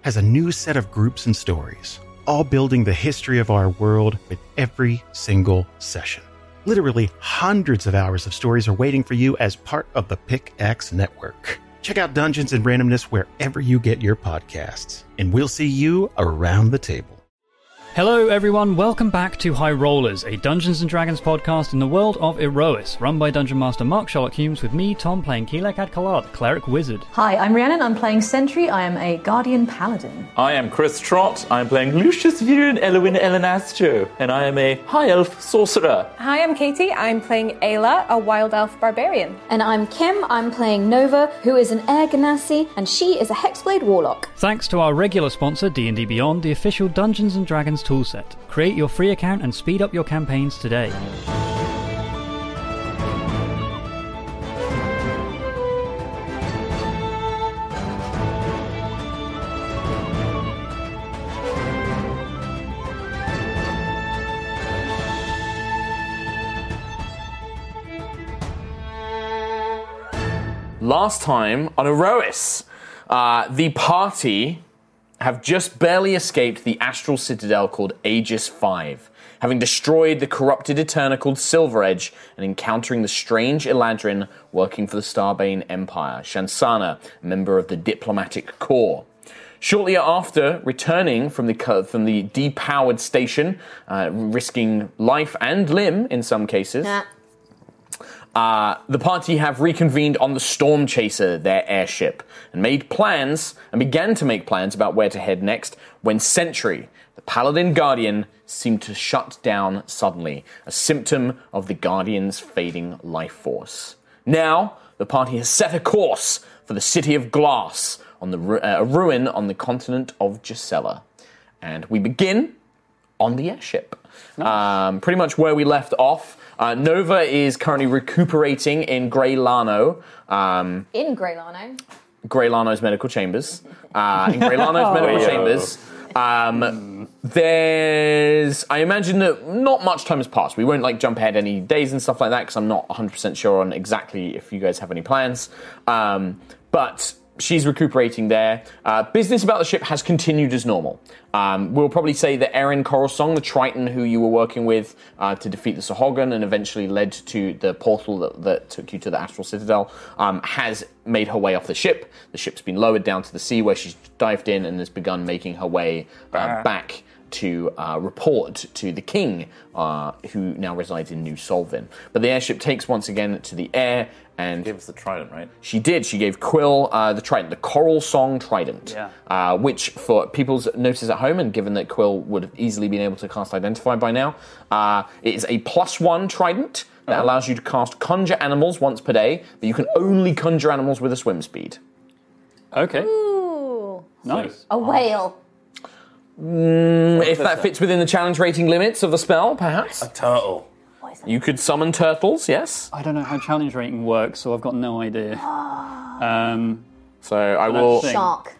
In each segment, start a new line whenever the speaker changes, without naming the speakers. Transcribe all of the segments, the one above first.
has a new set of groups and stories all building the history of our world with every single session. Literally hundreds of hours of stories are waiting for you as part of the Pickaxe Network. Check out Dungeons and Randomness wherever you get your podcasts, and we'll see you around the table.
Hello, everyone. Welcome back to High Rollers, a Dungeons and Dragons podcast in the world of Erois, run by Dungeon Master Mark Sherlock Humes, with me, Tom, playing Kelek Adkalar, the cleric wizard.
Hi, I'm Rhiannon. I'm playing Sentry. I am a Guardian Paladin.
I am Chris Trott. I'm playing Lucius Viren Elwin Elenastro, and I am a high elf sorcerer.
Hi, I'm Katie. I'm playing Ayla, a wild elf barbarian.
And I'm Kim. I'm playing Nova, who is an Air Ganassi, and she is a Hexblade Warlock.
Thanks to our regular sponsor, D&D Beyond, the official Dungeons and Dragons toolset. Create your free account and speed up your campaigns today.
Last time on Erois, uh, the party have just barely escaped the astral citadel called Aegis V, having destroyed the corrupted Eterna called Silver Edge and encountering the strange Eladrin working for the Starbane Empire, Shansana, a member of the diplomatic corps. Shortly after returning from the co- from the depowered station, uh, risking life and limb in some cases, uh, the party have reconvened on the Storm Chaser, their airship, and made plans and began to make plans about where to head next when Sentry, the Paladin Guardian, seemed to shut down suddenly, a symptom of the Guardian's fading life force. Now, the party has set a course for the City of Glass, on the ru- uh, a ruin on the continent of Gisela. And we begin on the airship. Um, pretty much where we left off. Uh, Nova is currently recuperating in Grey Lano, um,
In Greylano.
Grey Lano's medical chambers. Uh, in Grey Lano's medical
Oh.
chambers. Um, there's, I imagine that not much time has passed. We won't like jump ahead any days and stuff like that because I'm not 100% sure on exactly if you guys have any plans. Um, but she's recuperating there. Uh, business about the ship has continued as normal. Um, we'll probably say that Erin Coralsong, the Triton who you were working with uh, to defeat the Sahogan and eventually led to the portal that, that took you to the Astral Citadel, um, has made her way off the ship. The ship's been lowered down to the sea where she's dived in and has begun making her way uh, back to uh, report to the king, uh, who now resides in New Solvin. But the airship takes once again to the air, and
Give us the trident, right?
she did. She gave Quill uh, the trident, the Coral Song Trident,
Yeah.
uh, which for people's notice at home, and given that Quill would have easily been able to cast Identify by now, uh, it is a plus one trident that allows you to cast Conjure Animals once per day, but you can only conjure animals with a swim speed.
Okay,
Ooh,
nice.
a
Oh.
whale.
if that fits within the challenge rating limits of the spell, perhaps.
Turtle.
You could summon turtles, yes?
I don't know how challenge rating works, so I've got no idea. Um,
So I will
Thing.
Shark.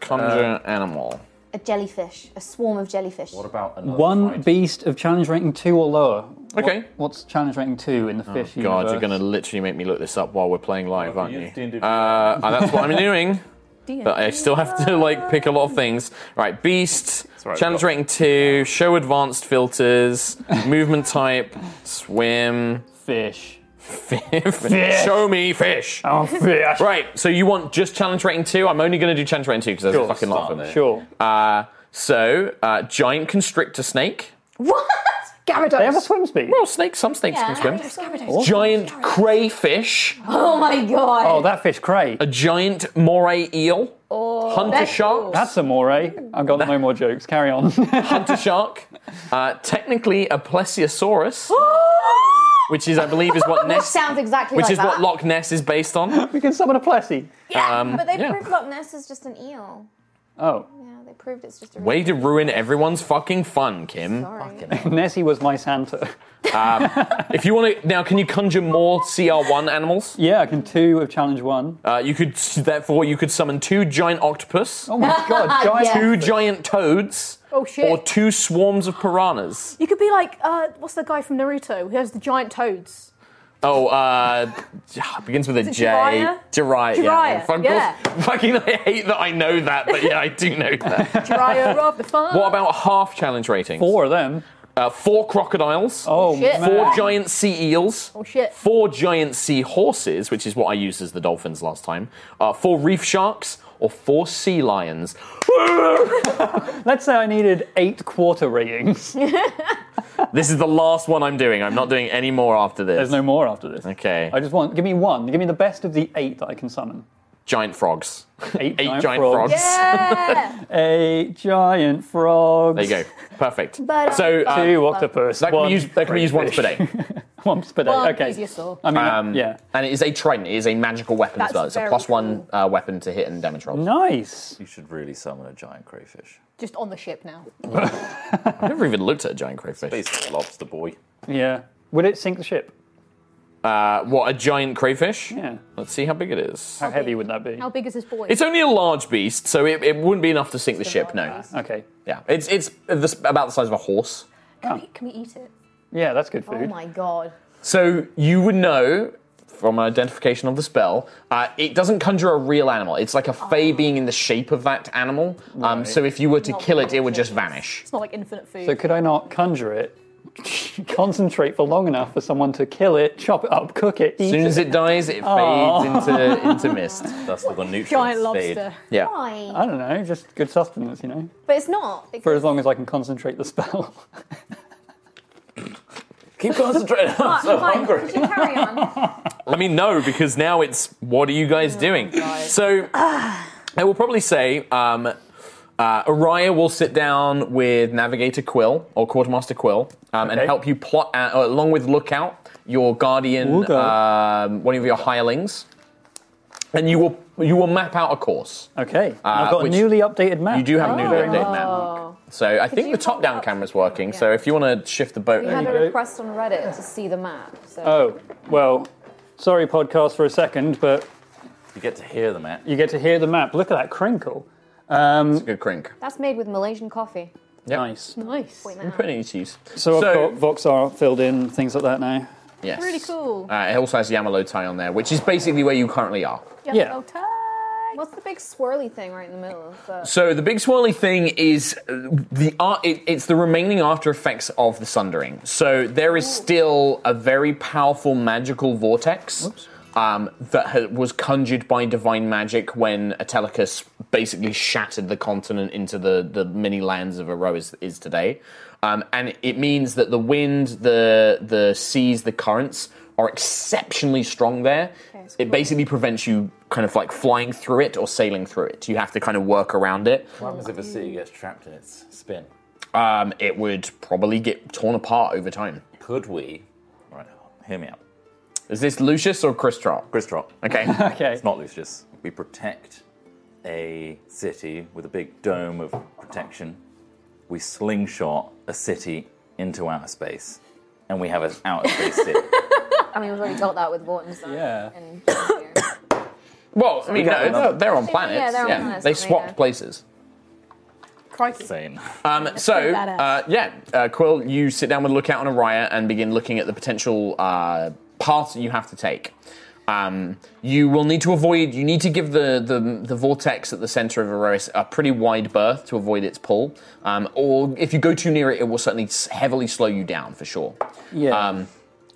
conjure animal.
A jellyfish. A swarm of jellyfish.
What about another
one
trident?
beast of challenge rating two or lower. What-
Okay. Oh
what's challenge rating two in the fish
God, you're
universe?
going to literally make me look this up while we're playing live, aren't
you
you?
didn't do-
Uh, and that's what I'm doing. But I still have to like pick a lot of things. Right, beast,
right,
challenge
we've got-
rating two, show advanced filters, movement type, swim,
fish.
fish. show me fish.
Oh, fish.
Right, so you want just challenge rating two? I'm only going to do challenge rating two because there's a
Sure,
fucking lot
start
of them.
there.
Sure.
Uh, So, uh, giant constrictor snake.
What?
They have a
Gyarados.
swim speed.
Well, snakes, some snakes
Yeah,
can
it's
swim.
Gyarados.
Giant crayfish.
Oh my god.
Oh, that fish cray.
A giant moray eel. hunter
Oh, that's
shark.
That's a moray. I've got no more jokes. Carry on.
Hunter shark. Uh, technically, a plesiosaurus, which is, I believe, is what Ness.
sounds exactly
Which
like
is what
that.
Loch Ness is based on.
we can summon a plessy.
yeah,
but
but
they
they
yeah. proved
proved Loch Ness is just an eel.
Oh,
Yeah, they proved it's just a
Way to ruin everyone's fucking fun, Kim.
Nessie was my Santa.
If you want to, now can you conjure more CR1 animals?
Yeah, I can two of challenge one.
Uh, you could, therefore, you could summon two giant octopus,
Oh my god, giant.
Yeah.
two giant toads,
Oh, shit.
or two swarms of piranhas.
You could be like, uh, what's the guy from Naruto who has the giant toads?
Oh, uh, begins with a
it
J.
Jiraiya?
Jiraiya.
Jiraiya,
Fuck,
yeah.
Fucking, I hate that I know that, but yeah, I do know that.
Jiraiya of the farm.
what about half challenge ratings?
Four of them.
Uh, four crocodiles.
Oh,
Shit.
man.
Four giant sea eels.
Oh, shit.
Four giant sea horses, which is what I used as the dolphins last time. Uh, four reef sharks or four sea lions.
Let's say I needed eight quarter ratings.
This is the last one I'm doing. I'm not doing any more after this.
There's no more after this.
Okay.
I just want, give me one. Give me the best of the eight that I can summon.
giant frogs.
Eight,
Eight giant, frogs.
frogs. Eight giant frogs.
There you go. Perfect.
But-
so uh,
Two octopus.
that can
one
be used, that can be used once per day.
Once per day.
One
okay.
plesiosaur.
I mean,
Um,
yeah.
And it is a trident. It is a magical weapon as
That's
well. It's a
very
plus one uh, weapon to hit and damage rolls.
Nice.
You should really summon a giant crayfish.
Just on the ship now.
I've never even looked at a giant crayfish.
Basically, lobster boy.
Yeah. Would it sink the ship?
Uh, what, a giant crayfish?
Yeah.
Let's see how big it is.
How heavy would that be?
How big is this boy?
It's only a large beast, so it, it wouldn't be enough to sink the ship, no.
Okay. Ah.
Yeah, it's it's the, s- about the size of a horse.
can, we, can we eat it?
Yeah, that's good food.
Oh my god.
So you would know from an identification of the spell, uh, it doesn't conjure a real animal. It's like a fey
Ah.
being in the shape of that animal. Um, So if you were to kill it, it would just vanish.
It's not like infinite food.
So could I not conjure it? Concentrate for long enough for someone to kill it, chop it up, cook it, eat
As soon
it.
as it dies, it fades
Ah.
into into mist.
That's the nutrients.
giant
fade.
lobster.
Yeah.
Why?
I don't know, just good sustenance, you know.
But it's not.
For as long as I can concentrate the spell.
Keep concentrating. I'm so hungry.
Could you carry on?
I mean, no, because now it's what are you guys doing? So I will probably say um, uh, Araya will sit down with Navigator Quill or Quartermaster Quill um, and
Okay.
help you plot, out, uh, along with Lookout, your guardian,
Lookout.
um, one of your hirelings, and you will you will map out a course.
okay. I've got a
Uh, which-
newly updated map. Oh.
You do
Oh.
have a new
Very
update
much.
map. So I think
you
the top-down
hold up?
camera's working. So if you Uh, want to shift the boat,
We had a
go.
request on Reddit to see the map. So.
Oh, well, sorry, podcast, for a second, but
You get to hear them, at.
you get to hear the map. Look at that crinkle. Um,
good crink.
That's made with Malaysian coffee.
Yep.
nice.
nice.
Point that
I'm
out.
putting it to use.
So,
So-
I've got Voxar filled in, things like that now.
Yes.
Really cool.
Uh, it also has Yamalo tie on there, which is basically where you currently are.
yeah.
Oh, tag.
What's the big swirly thing right in the middle? Of the...
So the big swirly thing is uh, the ar it, it's the remaining after effects of the sundering. So there is still a very powerful magical vortex um, that ha- was conjured by divine magic when Atelicus basically shattered the continent into the, the many lands of Ero is, is today. Um, and it means that the wind, the the seas, the currents are exceptionally strong there. it basically prevents you kind of like flying through it or sailing through it. You have to kind of work around it.
What happens if a city gets trapped in its spin?
Um, it would probably get torn apart over time.
Could we? Right, hear me out.
Is this Lucius or Cristron?
Chris Trot.
Okay.
Okay.
It's not Lucius. We protect a city with a big dome of protection. We slingshot a city into outer space, and we have an outer space city.
I mean, we've already got that with Vorten's.
Yeah.
And,
well, I mean, no, no, they're on planets.
Yeah, they're on planets,
They
aren't they?
swapped
Yeah.
places.
Crikey.
Insane.
Um, so,
pretty badass.
uh, yeah, uh, Quill, you sit down with Lookout and Araya and begin looking at the potential uh, paths that you have to take. Um, you will need to avoid, you need to give the, the, the vortex at the center of Erois a pretty wide berth to avoid its pull. Um, or if you go too near it, it will certainly s- heavily slow you down for sure.
Yeah.
Um,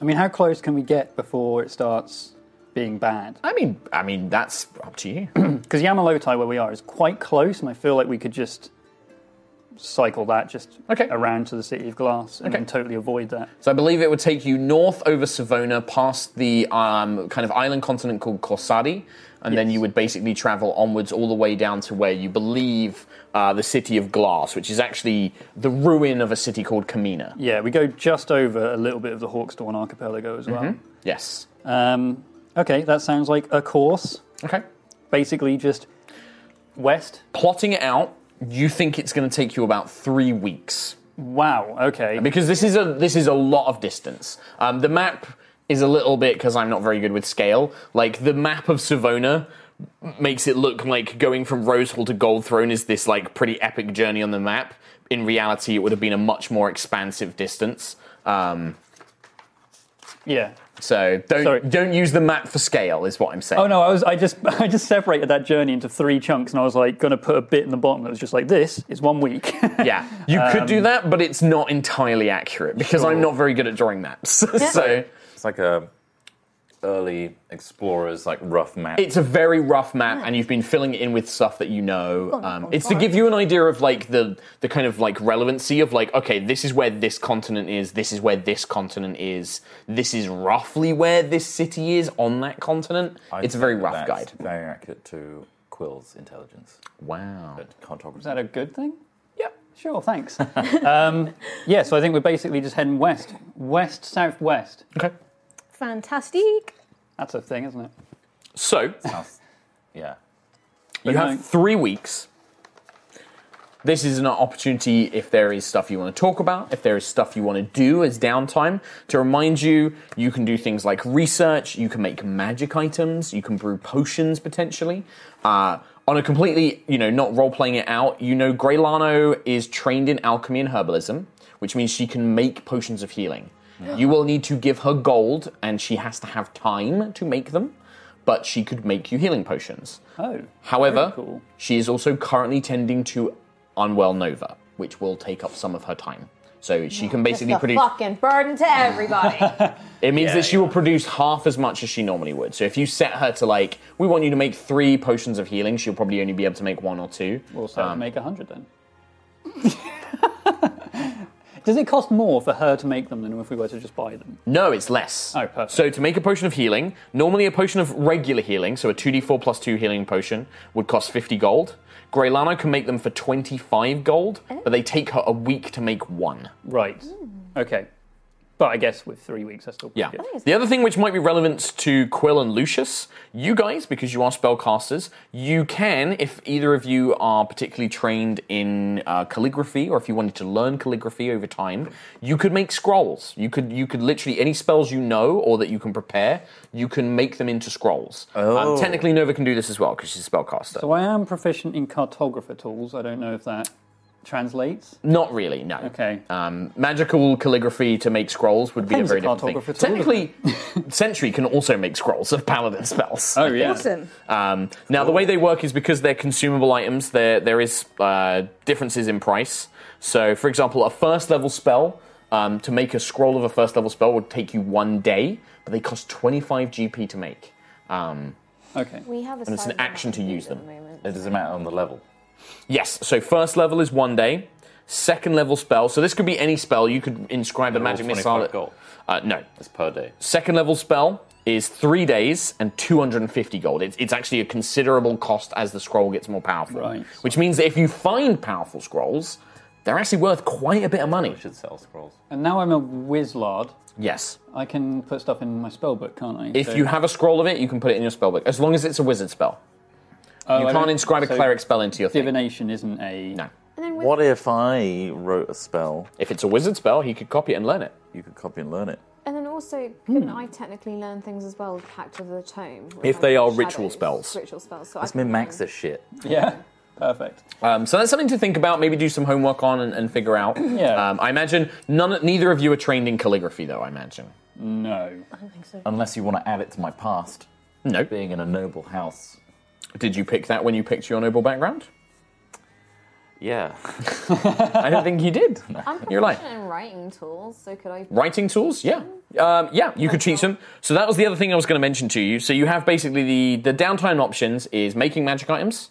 I mean, how close can we get before it starts being bad?
I mean, I mean that's up to you.
Because Yamalotai, where we are, is quite close, and I feel like we could just cycle that just
Okay.
around to the City of Glass and
Okay.
then totally avoid that.
So I believe it would take you north over Savona, past the um, kind of island continent called Corsari, and then you would basically travel onwards all the way down to where you believe uh, the city of Glass, which is actually the ruin of a city called Kamina.
Yeah, we go just over a little bit of the Hawkstorn Archipelago as well.
Mm-hmm. Yes.
Um, okay, that sounds like a course.
Okay.
Basically, just west.
Plotting it out, you think it's going to take you about three weeks.
Wow. Okay.
because this is a this is a lot of distance. Um, the map is a little bit because I'm not very good with scale. Like the map of Savona makes it look like going from Rose Hall to Gold Throne is this like pretty epic journey on the map. In reality, it would have been a much more expansive distance. Um,
Yeah.
so don't
Sorry.
don't use the map for scale is what I'm saying.
Oh no, I was I just I just separated that journey into three chunks, and I was like going to put a bit in the bottom that was just like this is one week.
Yeah, you could
Um,
do that, but it's not entirely accurate because I'm not very good at drawing maps. so
It's like a early explorers like rough map.
it's a very rough map and you've been filling it in with stuff that you know um, it's to give you an idea of like the the kind of like relevancy of like okay this is where this continent is this is where this continent is this is roughly where this city is on that continent
I
it's a very
think
rough
that's
guide
Very accurate to Quill's intelligence.
wow
But can't talk about
Is that a good thing?
yeah
Sure, thanks. um, yeah, so I think we're basically just heading west, west, southwest.
okay
Fantastic.
That's a thing, isn't it?
so
Yeah.
you
no.
have three weeks this is an opportunity if there is stuff you want to talk about, if there is stuff you want to do as downtime. To remind you, you can do things like research, you can make magic items, you can brew potions potentially. Uh, on a completely, you know, not role playing it out, you know, Greylano is trained in alchemy and herbalism, which means she can make potions of healing. You will need to give her gold, and she has to have time to make them, but she could make you healing potions.
Oh,
However,
very cool.
she is also currently tending to Unwell Nova, which will take up some of her time. So she can basically
the
produce.
fucking burden to everybody.
It means that she will produce half as much as she normally would. So if you set her to like, we want you to make three potions of healing, she'll probably only be able to make one or two.
We'll start to make a hundred then. Does it cost more for her to make them than if we were to just buy them?
No, it's less.
Oh, perfect.
So to make a potion of healing, normally a potion of regular healing, so a 2d4 plus 2 healing potion, would cost 50 gold. Greylano can make them for 25 gold, but they take her a week to make one.
Right. Okay. But I guess with three weeks, that's still pretty
Yeah.
good.
The other thing which might be relevant to Quill and Lucius, you guys, because you are spellcasters, you can, if either of you are particularly trained in uh, calligraphy, or if you wanted to learn calligraphy over time, you could make scrolls. You could, you could literally any spells you know or that you can prepare, you can make them into scrolls.
Oh.
Um, technically, Nova can do this as well because she's a spellcaster.
So I am proficient in cartographer tools. I don't know if that translates.
Not really, no.
Okay.
Um, magical calligraphy to make scrolls would be a
Thing's
very
a
different thing.
cartographer
Technically, Sentry can also make scrolls of paladin spells.
Oh yeah.
Awesome.
Um, now, the way they work is because they're consumable items, there, there is uh, differences in price. So, for example, a first level spell, um, to make a scroll of a first level spell would take you one day, but they cost 25 GP to make. Um,
Okay.
We have a
and it's an action to use them.
It doesn't matter on the level.
Yes, so first level is one day. Second level spell, so this could be any spell. You could inscribe the
They're all
magic
25
missile.
gold.
Uh, no.
It's per day.
Second level spell is three days and 250 gold. It's, it's actually a considerable cost as the scroll gets more powerful.
Right.
Which means that if you find powerful scrolls, they're actually worth quite a bit of money.
We should sell scrolls.
And now I'm a wizard.
Yes.
I can put stuff in my spellbook, can't I?
If
So-
you have a scroll of it, you can put it in your spellbook, as long as it's a wizard spell.
Oh,
you
I
can't
don't-
inscribe a
so
cleric spell into your thing.
Divination isn't a.
No.
What if I wrote a spell?
If it's a wizard spell, he could copy it and learn it.
You could copy and learn it.
And then also, can I technically learn things as well with Pact of the Tome? with,
Hmm. If
like,
they are
shadows,
ritual spells.
Ritual spells. So
Let's
I can
min max
learn.
this shit.
Yeah. Perfect.
Um, so that's something to think about. Maybe do some homework on and, and figure out.
Yeah.
Um, I imagine none, neither of you are trained in calligraphy, though. I imagine.
No.
Unless you want to add it to my past,
No.
being in a noble house.
Did you pick that when you picked your noble background?
Yeah.
I don't think you did.
I'm
You're like-
proficient in writing tools, so could I?
Writing tools, yeah, um, yeah, you could teach them. So that was the other thing I was going to mention to you. So you have basically the the downtime options is making magic items,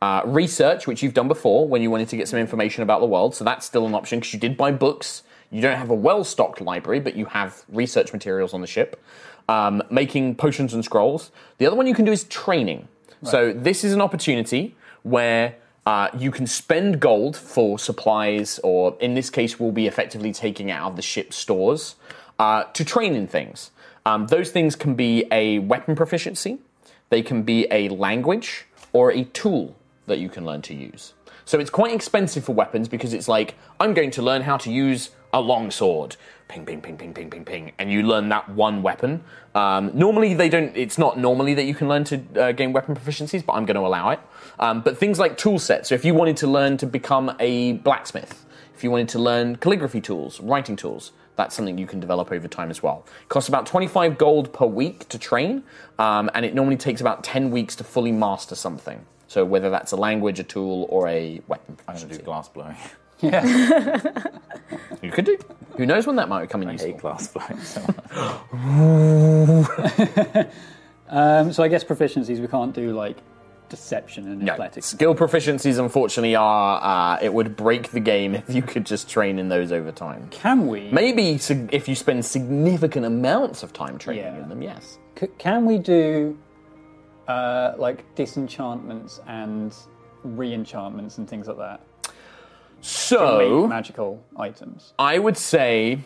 Uh, research, which you've done before when you wanted to get some information about the world, so that's still an option because you did buy books. You don't have a well stocked library, but you have research materials on the ship. Um, making potions and scrolls. The other one you can do is training. So this is an opportunity where uh, you can spend gold for supplies, or in this case, we'll be effectively taking it out of the ship's stores uh, to train in things. Um, those things can be a weapon proficiency, they can be a language, or a tool that you can learn to use. So it's quite expensive for weapons because it's like, I'm going to learn how to use a longsword. Ping, ping, ping, ping, ping, ping, ping. And you learn that one weapon. Um, normally, they don't, it's not normally that you can learn to uh, gain weapon proficiencies, but I'm going to allow it. Um, but things like tool sets. So if you wanted to learn to become a blacksmith, if you wanted to learn calligraphy tools, writing tools, that's something you can develop over time as well. costs about 25 gold per week to train, um, and it normally takes about 10 weeks to fully master something. So whether that's a language, a tool, or a weapon.
I'm going to do glass blowing.
You could do. Who knows when that might come in
I
useful.
hate glass blowing so much.
Um, so I guess proficiencies we can't do like deception and
No.
athletics.
Skill proficiencies, unfortunately, are uh, it would break the game if you could just train in those over time.
Can we?
Maybe sig- if you spend significant amounts of time training
Yeah.
in them, yes.
C- can we do uh, like disenchantments and reenchantments and things like that?
So
Make magical items,
I would say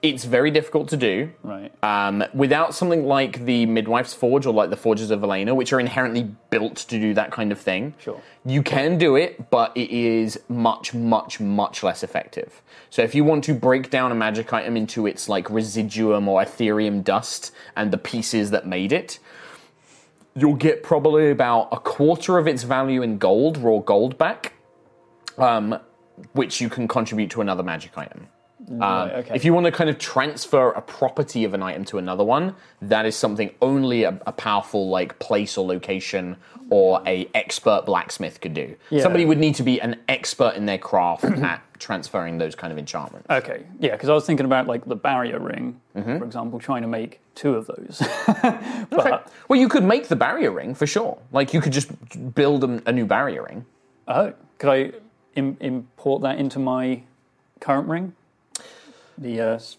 it's very difficult to do.
right?
Um, without something like the Midwife's Forge or like the Forges of Elena, which are inherently built to do that kind of thing,
Sure.
you can do it, but it is much, much, much less effective. So if you want to break down a magic item into its like residuum or ethereum dust and the pieces that made it, you'll get probably about a quarter of its value in gold, raw gold back, um, which you can contribute to another magic item. Um,
Oh, okay.
If you want to kind of transfer a property of an item to another one, that is something only a, a powerful like place or location or a expert blacksmith could do. Somebody would need to be an expert in their craft at transferring those kind of enchantments.
Okay, yeah, because I was thinking about like the barrier ring,
Mm-hmm.
for example, trying to make two of those. but
Well, you could make the barrier ring for sure. Like you could just build a, a new barrier ring.
oh, could I Im- import that into my current ring, the uh, s-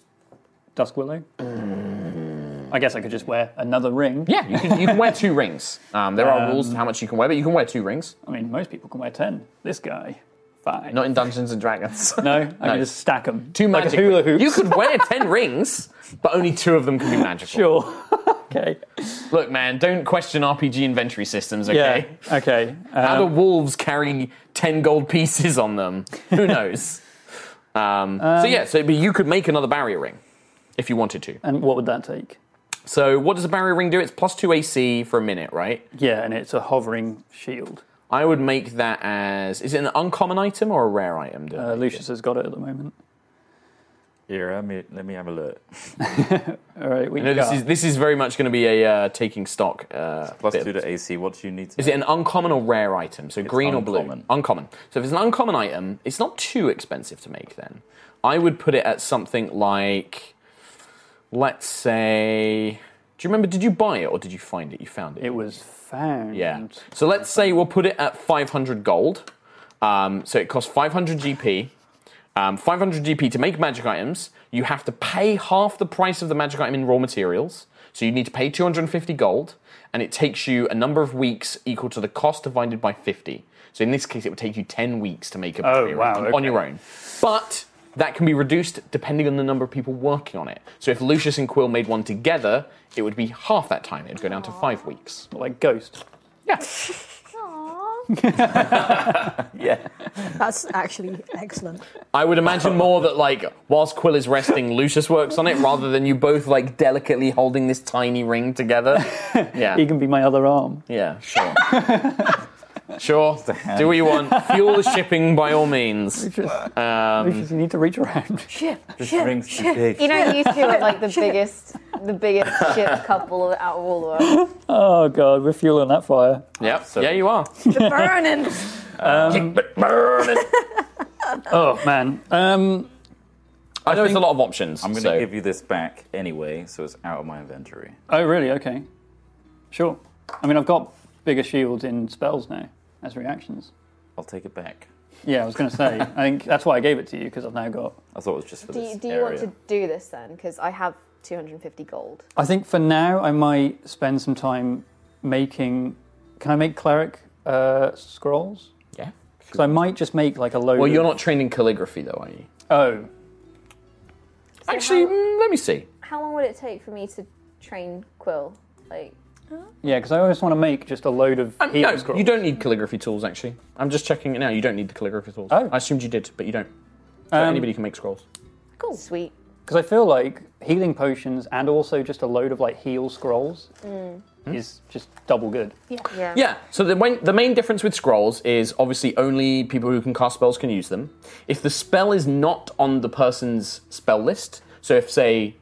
dusk willow? I guess I could just wear another ring.
Mm. Yeah, you can, you can wear two rings. Um, there are rules to how much you can wear, but you can wear two rings.
I mean, most people can wear ten. This guy, fine.
Not in Dungeons and Dragons.
no, I can just stack them.
Two
like
magic.
a hula
rings.
hoop.
You could wear ten rings, but only two of them can be magical.
sure. okay.
Look, man, don't question RPG inventory systems, okay?
Yeah. Okay.
How
Um,
do wolves carry 10 gold pieces on them? Who knows? um, so, yeah, so but you could make another barrier ring if you wanted to.
and what would that take?
So, what does a barrier ring do? It's plus 2 AC for a minute, right?
Yeah, and it's a hovering shield.
I would make that as. Is it an uncommon item or a rare item? Dylan?
Uh, Lucius has got it at the moment.
Here, let me, let me have a look.
All right, we
no, this
got-
is, this is very much going to be a uh, taking stock. Uh,
Plus
bit of
two to AC, what do you need to
Is it an uncommon or rare item? So green or blue?
uncommon.
Uncommon. So if it's an uncommon item, it's not too expensive to make then. I would put it at something like, let's say, do you remember, did you buy it or did you find it? You found it.
It was found.
Yeah. So let's say we'll put it at 500 gold. Um, so it costs 500 GP. Um, 500 GP to make magic items, you have to pay half the price of the magic item in raw materials. So you need to pay 250 gold, and it takes you a number of weeks equal to the cost divided by 50. So in this case, it would take you 10 weeks to make a battery
Oh, wow,
on
okay.
your own. But that can be reduced depending on the number of people working on it. So if Lucius and Quill made one together, it would be half that time. It would go down to five weeks.
Like Ghost.
Yeah.
That's actually excellent.
I would imagine more that like whilst Quill is resting, Lucius works on it rather than you both like delicately holding this tiny ring together. Yeah.
He can be my other arm.
Yeah, sure. sure. Do what you want. Fuel the shipping by all means.
Just,
Um,
just you need to reach around.
This ring's too big.
You know, you two are like the biggest, the biggest ship couple out of all of us.
Oh god, we're fueling that fire.
yep. Yeah, you are.
Burning.
Oh man. Um,
I know there's a lot of options.
I'm going to
so.
give you this back anyway, so it's out of my inventory.
oh really? Okay. Sure. I mean, I've got bigger shields in spells now. as reactions.
I'll take it back.
Yeah, I was going to say. I think that's why I gave it to you because I've now got.
I thought it was just for
Do you, do you want to do this then? Because I have 250 gold.
I think for now I might spend some time making. Can I make cleric uh, scrolls?
Yeah.
Because I might just make like a load.
Well, you're
of-
not trained in calligraphy, though, are you?
Oh,
Actually, mm, let me see.
How long would it take for me to train Quill? Like,
yeah, because I always want to make just a load of
Um,
healing
no,
scrolls.
you don't need calligraphy tools. Actually, I'm just checking it now. You don't need the calligraphy tools.
Oh.
I assumed you did, but you don't. So
Um,
anybody can make scrolls.
cool. Sweet.
Because I feel like healing potions and also just a load of like heal scrolls
Mm.
is just double good.
Yeah. Yeah.
Yeah. So the, main- the main difference with scrolls is obviously only people who can cast spells can use them. If the spell is not on the person's spell list, so if say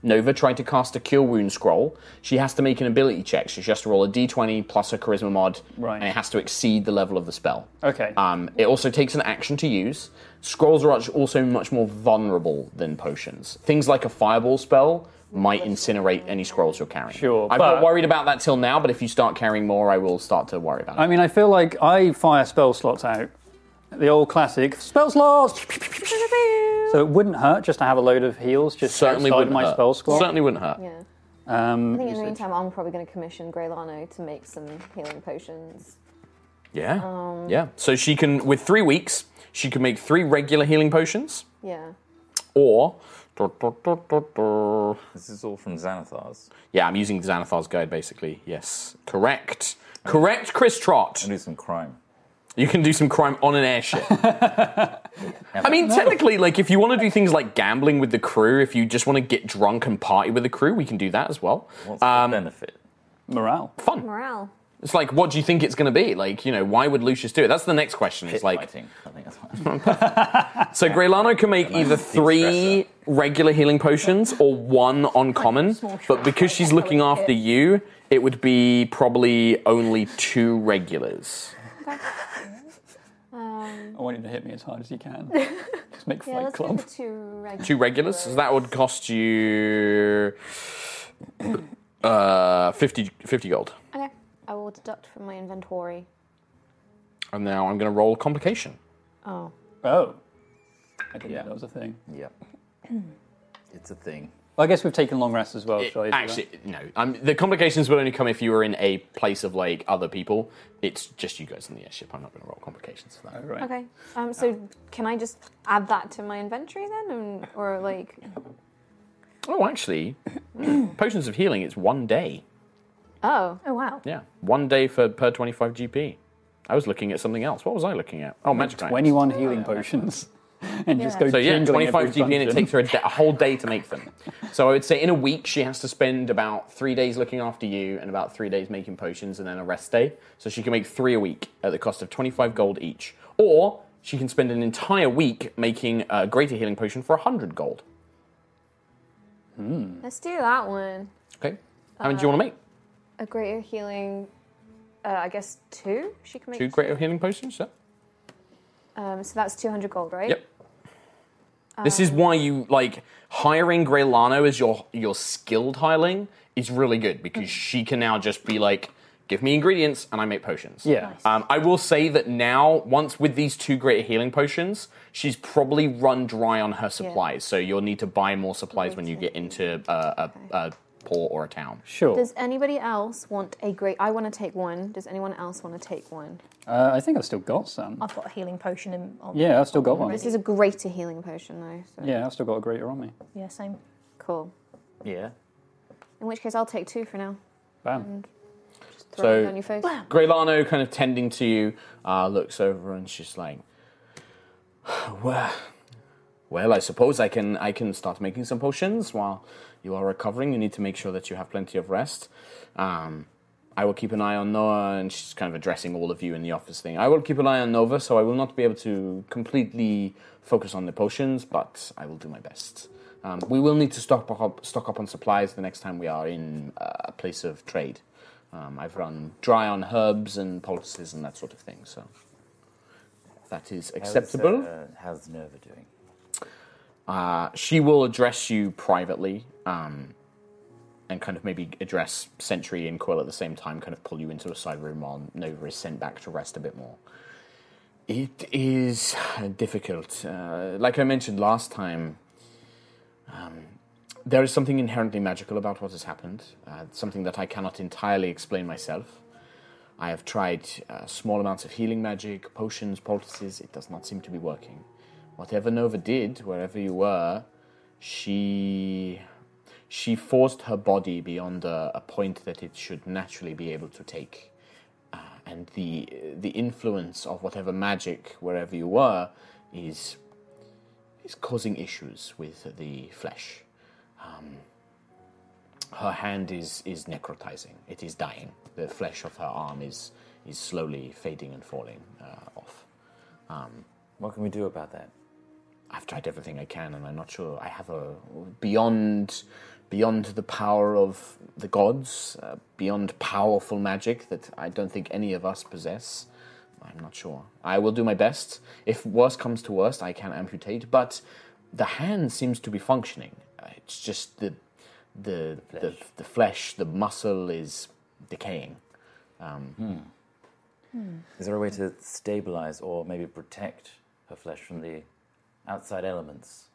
Nova tried to cast a cure wound scroll, she has to make an ability check. So she has to roll a d20 plus her charisma mod,
Right.
and it has to exceed the level of the spell.
Okay.
Um, it also takes an action to use. Scrolls are actu- also much more vulnerable than potions. Things like a fireball spell might incinerate any scrolls you're carrying.
Sure,
I'm
but-
not worried about that till now, but if you start carrying more, I will start to worry about it.
I mean, I feel like I fire spell slots out. The old classic spell slots. so it wouldn't hurt just to have a load of heals just
Certainly
outside
wouldn't
my
hurt.
spell slot.
Certainly wouldn't hurt.
Yeah. I
Um,
think in the
usage.
meantime, I'm probably going to commission Greylano to make some healing potions.
Yeah. yeah. So she can, with three weeks, she can make three regular healing potions,
Yeah.
or. This
is all from Xanathar's.
Yeah, I'm using Xanathar's guide basically. Yes. Correct. Correct, Chris Trot.
do some crime.
You can do some crime on an airship. I mean, technically, like if you want to do things like gambling with the crew, if you just want to get drunk and party with the crew, we can do that as well.
What's the benefit?
Morale.
Fun.
Morale.
It's like, what do you think it's going to be? Like, you know, why would Lucius do it? That's the next question. It's
Pit
like,
fighting. I think that's what
so Greylano can make either
de-stressor.
three regular healing potions or one on common, but because she's looking after you, it would be probably only two regulars.
Um,
I want you to hit me as hard as you can. just make
yeah,
Fight
let's go
Club.
for two regulars.
two regulars. So that would cost you uh, 50, 50 gold.
Okay. I will deduct from my inventory.
And now I'm going to roll complication.
Oh.
Oh, I didn't know that was a thing.
Yep. it's a thing.
Well, I guess we've taken long rests as well. shall I do that?
Actually, no. Um, the complications would only come if you were in a place of like other people. It's just you guys in the airship. I'm not going to roll complications for that.
right.
Okay. Um, so
Oh.
can I just add that to my inventory then, and, or like?
Oh, actually, potions of healing. It's one day.
Oh.
Oh wow.
Yeah, one day for per 25 GP. I was looking at something else. What was I looking at? Oh, magic items.
Twenty-one healing potions, and just go.
So yeah,
jingling
25
every
GP, and it
dungeon.
takes her a, da- a whole day to make them. So I would say in a week she has to spend about three days looking after you and about three days making potions and then a rest day. So she can make three a week at the cost of 25 gold each, or she can spend an entire week making a greater healing potion for 100 gold.
Let's do that one.
Okay, how many do you want to make?
A greater healing. Uh, I guess two. She can make.
Two greater healing potions. Yeah.
Um, so that's 200 gold, right?
Yep. This is why you like hiring Greylano as your your skilled hireling is really good because she can now just be like, give me ingredients and I make potions.
Yeah. Nice.
Um, I will say that now, once with these two greater healing potions, she's probably run dry on her supplies. So you'll need to buy more supplies when you get into a, a, a port or a town.
Sure.
Does anybody else want a great? I want to take one. Does anyone else want to take one?
Uh, I think I've still got some.
Oh.
I've got a healing potion in. oh, On,
Yeah, I've still got one.
This is a greater healing potion, though. So.
Yeah, I've still got a greater on me.
Yeah, same.
Cool.
Yeah.
In which case, I'll take two for now.
Bam.
Just throw
So-
it down your face.
Greylano kind of tending to you uh, looks over and she's like, "Well, well, I suppose I can I can start making some potions while you are recovering. You need to make sure that you have plenty of rest. Um, I will keep an eye on Noah, and she's kind of addressing all of you in the office thing. I will keep an eye on Nova, so I will not be able to completely focus on the potions, but I will do my best. Um, we will need to stock up, stock up on supplies the next time we are in uh, a place of trade. Um, I've run dry on herbs and poultices and that sort of thing, so that is acceptable.
How's, uh, how's Nerva doing?
Uh, she will address you privately. Um, and kind of maybe address Sentry and Quill at the same time, kind of pull you into a side room while Nova is sent back to rest a bit more. It is difficult. Uh, like I mentioned last time, um, there is something inherently magical about what has happened, uh, something that I cannot entirely explain myself. I have tried uh, small amounts of healing magic, potions, poultices. It does not seem to be working. Whatever Nova did, wherever you were, she she forced her body beyond a, a point that it should naturally be able to take, uh, and the the influence of whatever magic, wherever you were, is is causing issues with the flesh. Um, her hand is is necrotizing. It is dying. The flesh of her arm is is slowly fading and falling uh, off. Um,
what can we do about that?
I've tried everything I can, and I'm not sure I have a beyond beyond the power of the gods, uh, beyond powerful magic that I don't think any of us possess. I'm not sure. I will do my best. If worse comes to worst, I can amputate. But the hand seems to be functioning. Uh, It's just the the the flesh, the, the, flesh, the muscle is decaying. Um,
Is there a way to stabilize or maybe protect her flesh from the outside elements?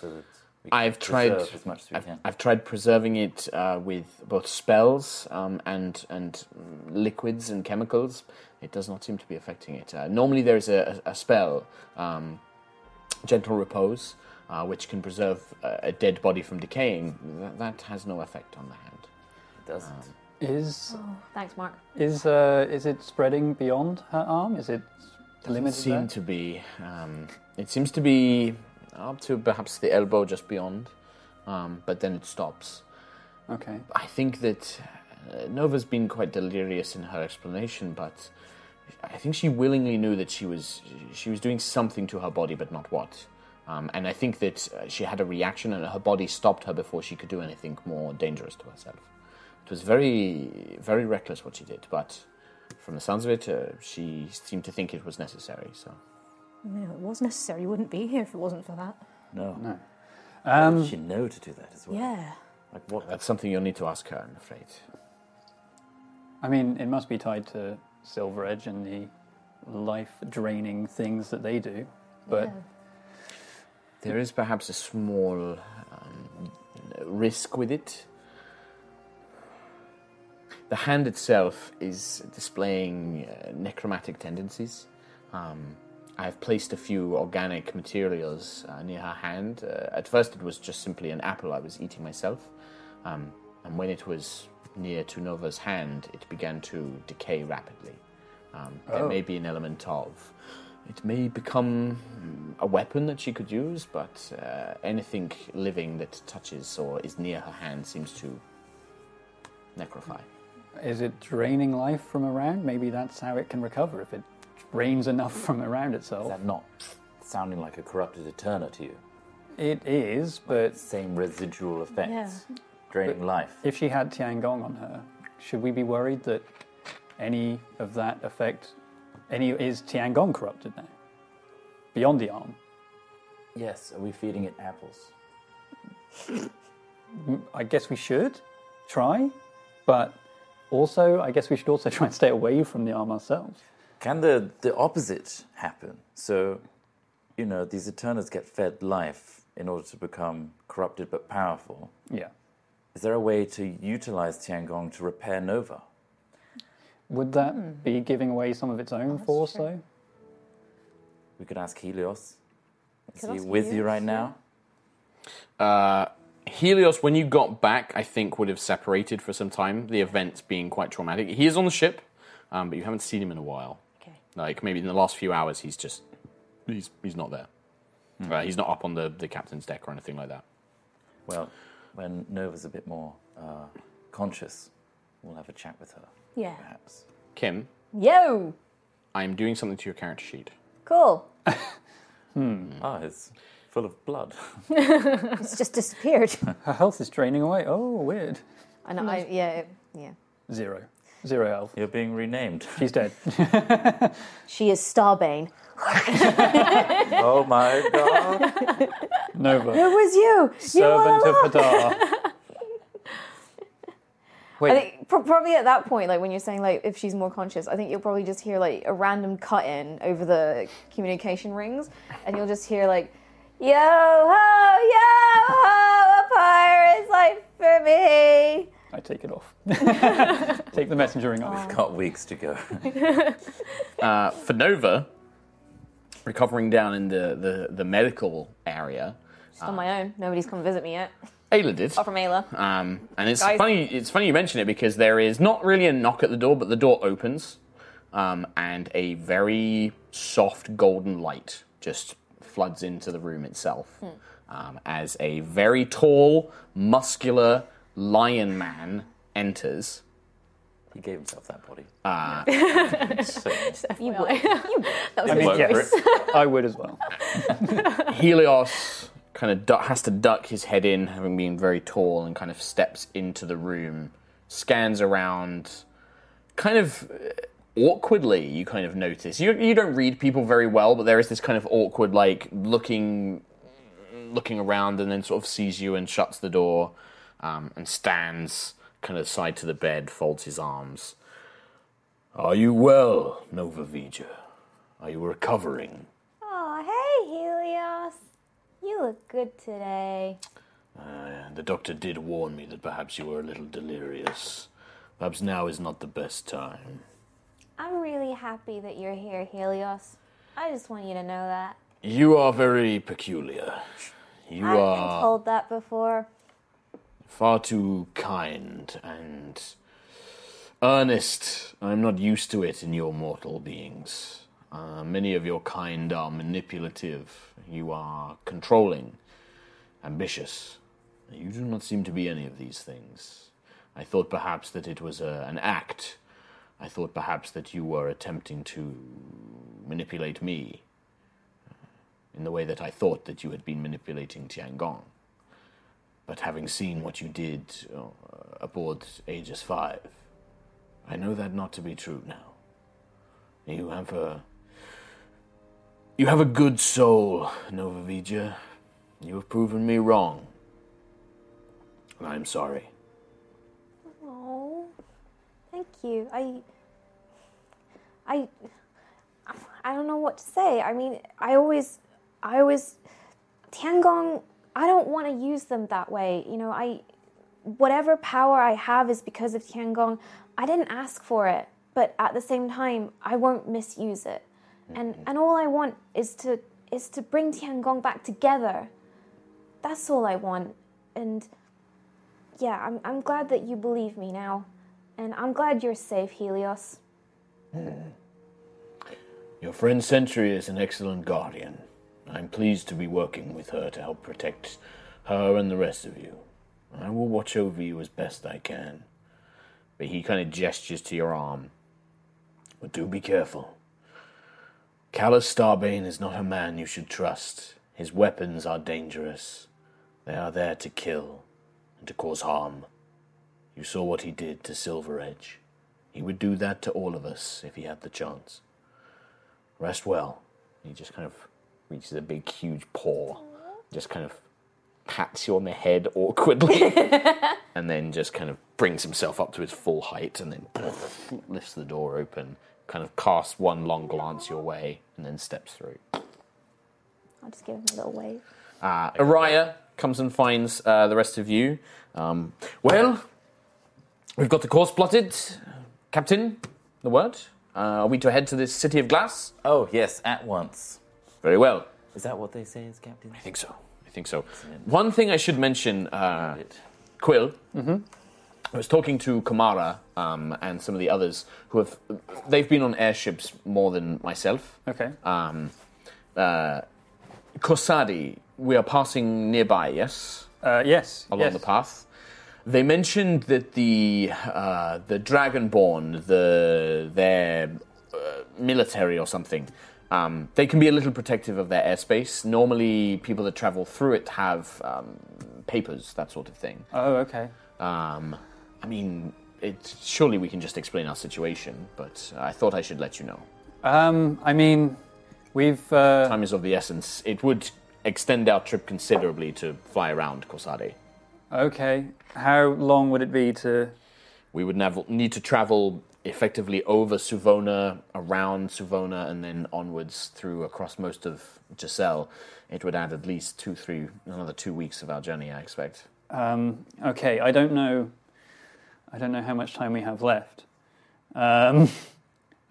So that we can
I've tried
preserve as much as we
I've,
can.
I've tried preserving it uh, with both spells um, and and mm, liquids and chemicals. It does not seem to be affecting it. Uh, normally, there is a, a a spell, um, gentle repose, uh, which can preserve uh, a, a dead body from decaying. That, that has no effect on the hand.
It doesn't.
Is
Oh.
Thanks, Mark.
is uh, is it spreading beyond her arm? Is it
Doesn't
limited?
seem
there?
to be. Um, it seems to be up to perhaps the elbow just beyond, um, but then it stops.
Okay.
I think that uh, Nova's been quite delirious in her explanation, but I think she willingly knew that she was she was doing something to her body, but not what. Um, and I think that uh, she had a reaction, and her body stopped her before she could do anything more dangerous to herself. It was very very reckless what she did, but from the sounds of it, uh, she seemed to think it was necessary. So.
No, it was necessary. You wouldn't be here if it wasn't for that.
No. No.
Um,
she know to do that as well?
Yeah.
Like what?
That's something you'll need to ask her, I'm afraid.
I mean, it must be tied to Silver Edge and the life-draining things that they do. But
There is perhaps a small um, risk with it. The hand itself is displaying uh, necromantic tendencies. Um, I have placed a few organic materials uh, near her hand. Uh, at first, it was just simply an apple I was eating myself. Um, and when it was near to Nova's hand, it began to decay rapidly. Um, There
Oh.
may be an element of. It may become mm, a weapon that she could use, but uh, anything living that touches or is near her hand seems to necrophile.
is it draining life from around? Maybe that's how it can recover if it drains enough from around itself.
Is that not sounding like a corrupted eterna to you?
It is, but
same residual effects, draining life.
If she had Tiangong on her, should we be worried that any of that effect, any is Tiangong corrupted now? Beyond the arm,
Yes. Are we feeding it apples?
M- I guess we should try, but also I guess we should also try and stay away from the arm ourselves.
Can the the opposite happen? So, you know, these Eternals get fed life in order to become corrupted but powerful.
Yeah.
Is there a way to utilize Tiangong to repair Nova?
Would that be giving away some of its own force though?
We could ask Helios. Is
Could
he
ask
with you
Helios,
right now?
Uh, Helios, when you got back, I think would have separated for some time. The events being quite traumatic. He is on the ship, um, but you haven't seen him in a while. Okay. Like maybe in the last few hours, he's just he's he's not there. Uh, he's not up on the, the captain's deck or anything like that.
Well, when Nova's a bit more uh, conscious, we'll have a chat with her.
Yeah.
Kim,
Yo,
I am doing something to your character sheet.
cool.
Hmm.
Ah, it's full of blood.
it's just disappeared.
Her health is draining away. Oh, weird.
I know. I, yeah, it- yeah.
Zero. Zero health.
You're being renamed.
She's dead.
She is Starbane.
oh my god.
Nova.
It was you. you all
Servant of
along.
Hadar.
I think pro- probably at that point, like when you're saying like if she's more conscious, I think you'll probably just hear like a random cut in over the communication rings, and you'll just hear like, "Yo ho, yo ho, a pirate's like for me."
I take it off. take the messenger ring off.
We've
got
weeks to go. uh, for Nova, recovering down in the, the, the medical area,
Just on my own. Nobody's come visit me yet.
Ayla did.
Apart Oh, from Ayla.
Um, and it's
Guys-
funny. It's funny you mention it because there is not really a knock at the door, but the door opens, um, and a very soft golden light just floods into the room itself
Hmm.
um, as a very tall, muscular lion man enters. He gave himself that body. Uh,
You would. You would. That was
I
a
mean, yes,
choice.
I would as well.
Helios kind of duck, has to duck his head in, having been very tall, and kind of steps into the room, scans around, kind of uh, awkwardly. You kind of notice you you don't read people very well, but there is this kind of awkward like looking looking around, and then sort of sees you and shuts the door, um, and stands kind of side to the bed, folds his arms. Are you well, Nova Vija? Are you recovering?
Oh, hey, Helios. You look good today.
Uh, the doctor did warn me that perhaps you were a little delirious. Perhaps now is not the best time.
I'm really happy that you're here, Helios. I just want you to know that.
You are very peculiar. You
I've been
are
told that before.
far too kind and earnest. I'm not used to it in your mortal beings. Uh, many of your kind are manipulative. You are controlling, ambitious. You do not seem to be any of these things. I thought perhaps that it was a, an act. I thought perhaps that you were attempting to manipulate me uh, in the way that I thought that you had been manipulating Tiangong. But having seen what you did uh, aboard Aegis V, I know that not to be true now. You have a. You have a good soul, Nova Vija. You have proven me wrong. And I am sorry.
Oh, thank you. I, I, I don't know what to say. I mean, I always, I always, Tiangong. I don't want to use them that way. You know, I, whatever power I have is because of Tiangong. I didn't ask for it, but at the same time, I won't misuse it. And and all I want is to is to bring Tiangong back together. That's all I want. And yeah, I'm, I'm glad that you believe me now. And I'm glad you're safe, Helios.
Your friend Sentry is an excellent guardian. I'm pleased to be working with her to help protect her and the rest of you. I will watch over you as best I can.
But he kind of gestures to your arm.
But do be careful. Callus Starbane is not a man you should trust. His weapons are dangerous. They are there to kill and to cause harm. You saw what he did to Silver Edge. He would do that to all of us if he had the chance. Rest well.
He just kind of reaches a big, huge paw, just kind of pats you on the head awkwardly, and then just kind of brings himself up to his full height, and then lifts the door open, kind of casts one long glance your way, and then steps through.
I'll just give him a little wave.
Uh, Araya comes and finds uh, the rest of you. Um, well, we've got the course plotted. Captain, the word. Uh, are we to head to this city of glass?
Oh, yes, at once.
Very well.
Is that what they say is captain? I
think so. I think so. One thing I should mention, uh, Quill.
Mhm.
I was talking to Kamara um, and some of the others who have. They've been on airships more than myself.
Okay.
Um, uh, Kosadi, we are passing nearby, yes?
Uh, yes.
Along
yes.
the path. They mentioned that the uh, the Dragonborn, the their uh, military or something, um, they can be a little protective of their airspace. Normally, people that travel through it have um, papers, that sort of thing.
Oh, okay.
Um, I mean, it, surely we can just explain our situation, but I thought I should let you know.
Um, I mean, we've. Uh...
Time is of the essence. It would extend our trip considerably to fly around Corsade.
Okay. How long would it be to?
We would nav- need to travel effectively over Suvona, around Suvona, and then onwards through across most of Giselle. It would add at least two, three, another two weeks of our journey, I expect.
Um, okay, I don't know. I don't know how much time we have left. Um,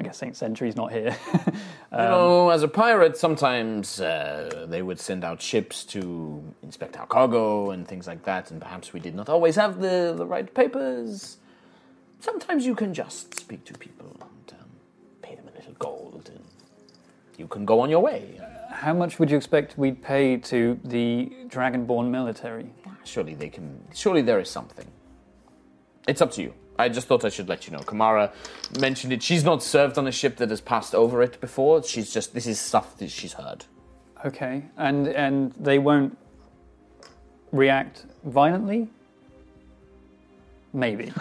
I guess Saint Sentry's not here.
you know, as a pirate, sometimes uh, they would send out ships to inspect our cargo and things like that, and perhaps we did not always have the, the right papers. Sometimes you can just speak to people and um, pay them a little gold, and you can go on your way.
How much would you expect we'd pay to the Dragonborn military?
Surely they can. Surely there is something. It's up to you. I just thought I should let you know. Kamara mentioned it. She's not served on a ship that has passed over it before. She's just this is stuff that she's heard.
Okay, and and they won't react violently. Maybe.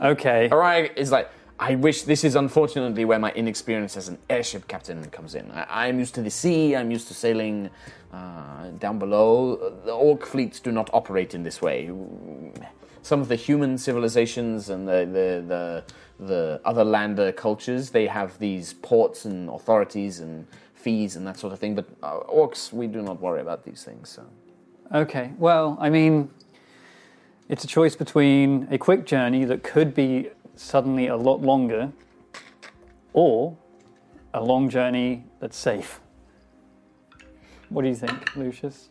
okay.
Araya is like, I wish this is unfortunately where my inexperience as an airship captain comes in. I, I'm used to the sea, I'm used to sailing uh, down below. The orc fleets do not operate in this way. Some of the human civilizations and the, the, the, the other lander cultures, they have these ports and authorities and fees and that sort of thing, but uh, orcs, we do not worry about these things, so.
Okay. Well, I mean, it's a choice between a quick journey that could be suddenly a lot longer, or a long journey that's safe. What do you think, Lucius?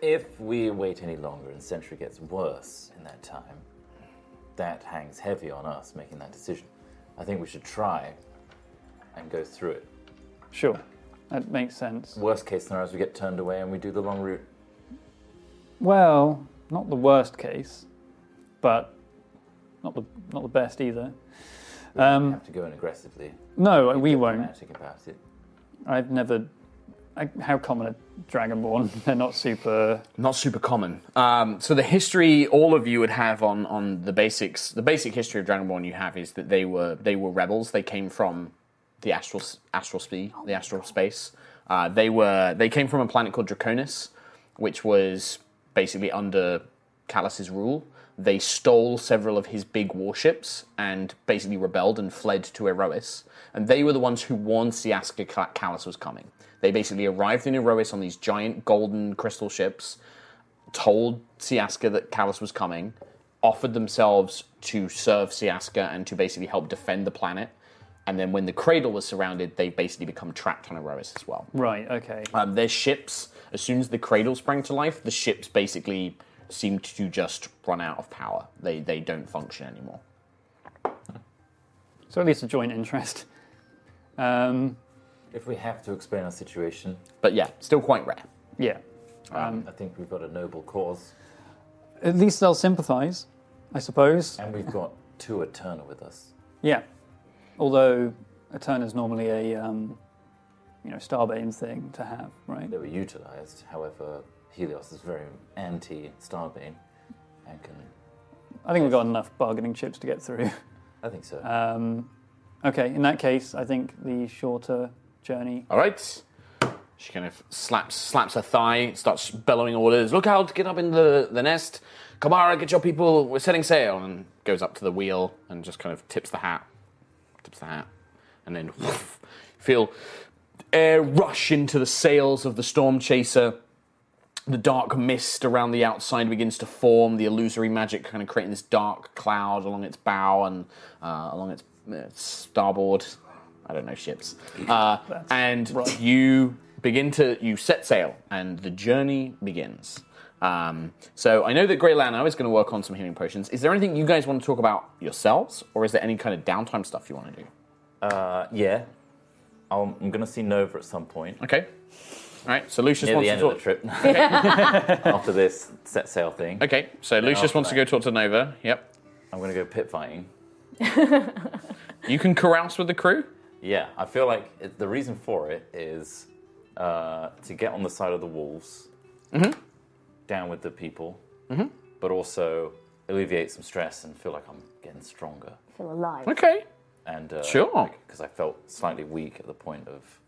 If we wait any longer and Sentry gets worse in that time, that hangs heavy on us making that decision. I think we should try and go through it.
Sure, that makes sense.
Worst case scenario is we get turned away and we do the long route.
Well, not the worst case, but not the not the best either.
We
Um,
have to go in aggressively.
no,
Be
we won't.
diplomatic about it.
I've never. I, how common are Dragonborn? They're not super.
Not super common. Um, so the history all of you would have on, on the basics, the basic history of Dragonborn you have is that they were they were rebels. They came from the astral s- astral spe, the astral space. Uh, they were they came from a planet called Draconis, which was basically under Callus's rule. They stole several of his big warships and basically rebelled and fled to Erois. And they were the ones who warned Siaska Cal- Callus was coming. They basically arrived in Erois on these giant golden crystal ships, told Siaska that Callus was coming, offered themselves to serve Siaska and to basically help defend the planet. And then when the cradle was surrounded, they basically become trapped on Erois as well.
Right. Okay.
Um, their ships, as soon as the cradle sprang to life, the ships basically seemed to just run out of power. They they don't function anymore.
So at least a joint interest. Um,
If we have to explain our situation,
But yeah, still quite rare.
yeah.
um, I think we've got a noble cause,
At least they'll sympathise, I suppose.
and we've got Tua Turner with us.
Yeah. Although a turn is normally a um, you know starbane thing to have, right?
They were utilized, however, Helios is very anti-Starbane, and can
I think we've got enough bargaining chips to get through.
I think so.
Um, okay, in that case, I think the shorter journey.
All right. She kind of slaps slaps her thigh, starts bellowing orders. Look out! Get up in the, the nest. Kamara, get your people. We're setting sail. And goes up to the wheel and just kind of tips the hat, tips the hat, and then feel air rush into the sails of the storm chaser. The dark mist around the outside begins to form. The illusory magic kind of creating this dark cloud along its bow and uh, along its uh, starboard. I don't know ships. Uh, and you begin to you set sail, and the journey begins. Um, so I know that Grey Lano is going to work on some healing potions. Is there anything you guys want to talk about yourselves, or is there any kind of downtime stuff you want to do?
Uh, yeah, I'll, I'm going to see Nova at some point.
Okay. All right. So Lucius
Near
wants to
the end
talk.
of the trip. After this set sail thing.
Okay. So Lucius
after
wants to go talk to Nova. Yep.
I'm going to go pit fighting.
You can carouse with the crew.
Yeah, I feel like it, the reason for it is uh, to get on the side of the wolves, down with the people, but also alleviate some stress and feel like I'm getting stronger.
Feel alive.
Okay.
And uh,
Sure.
because I felt slightly weak at the point of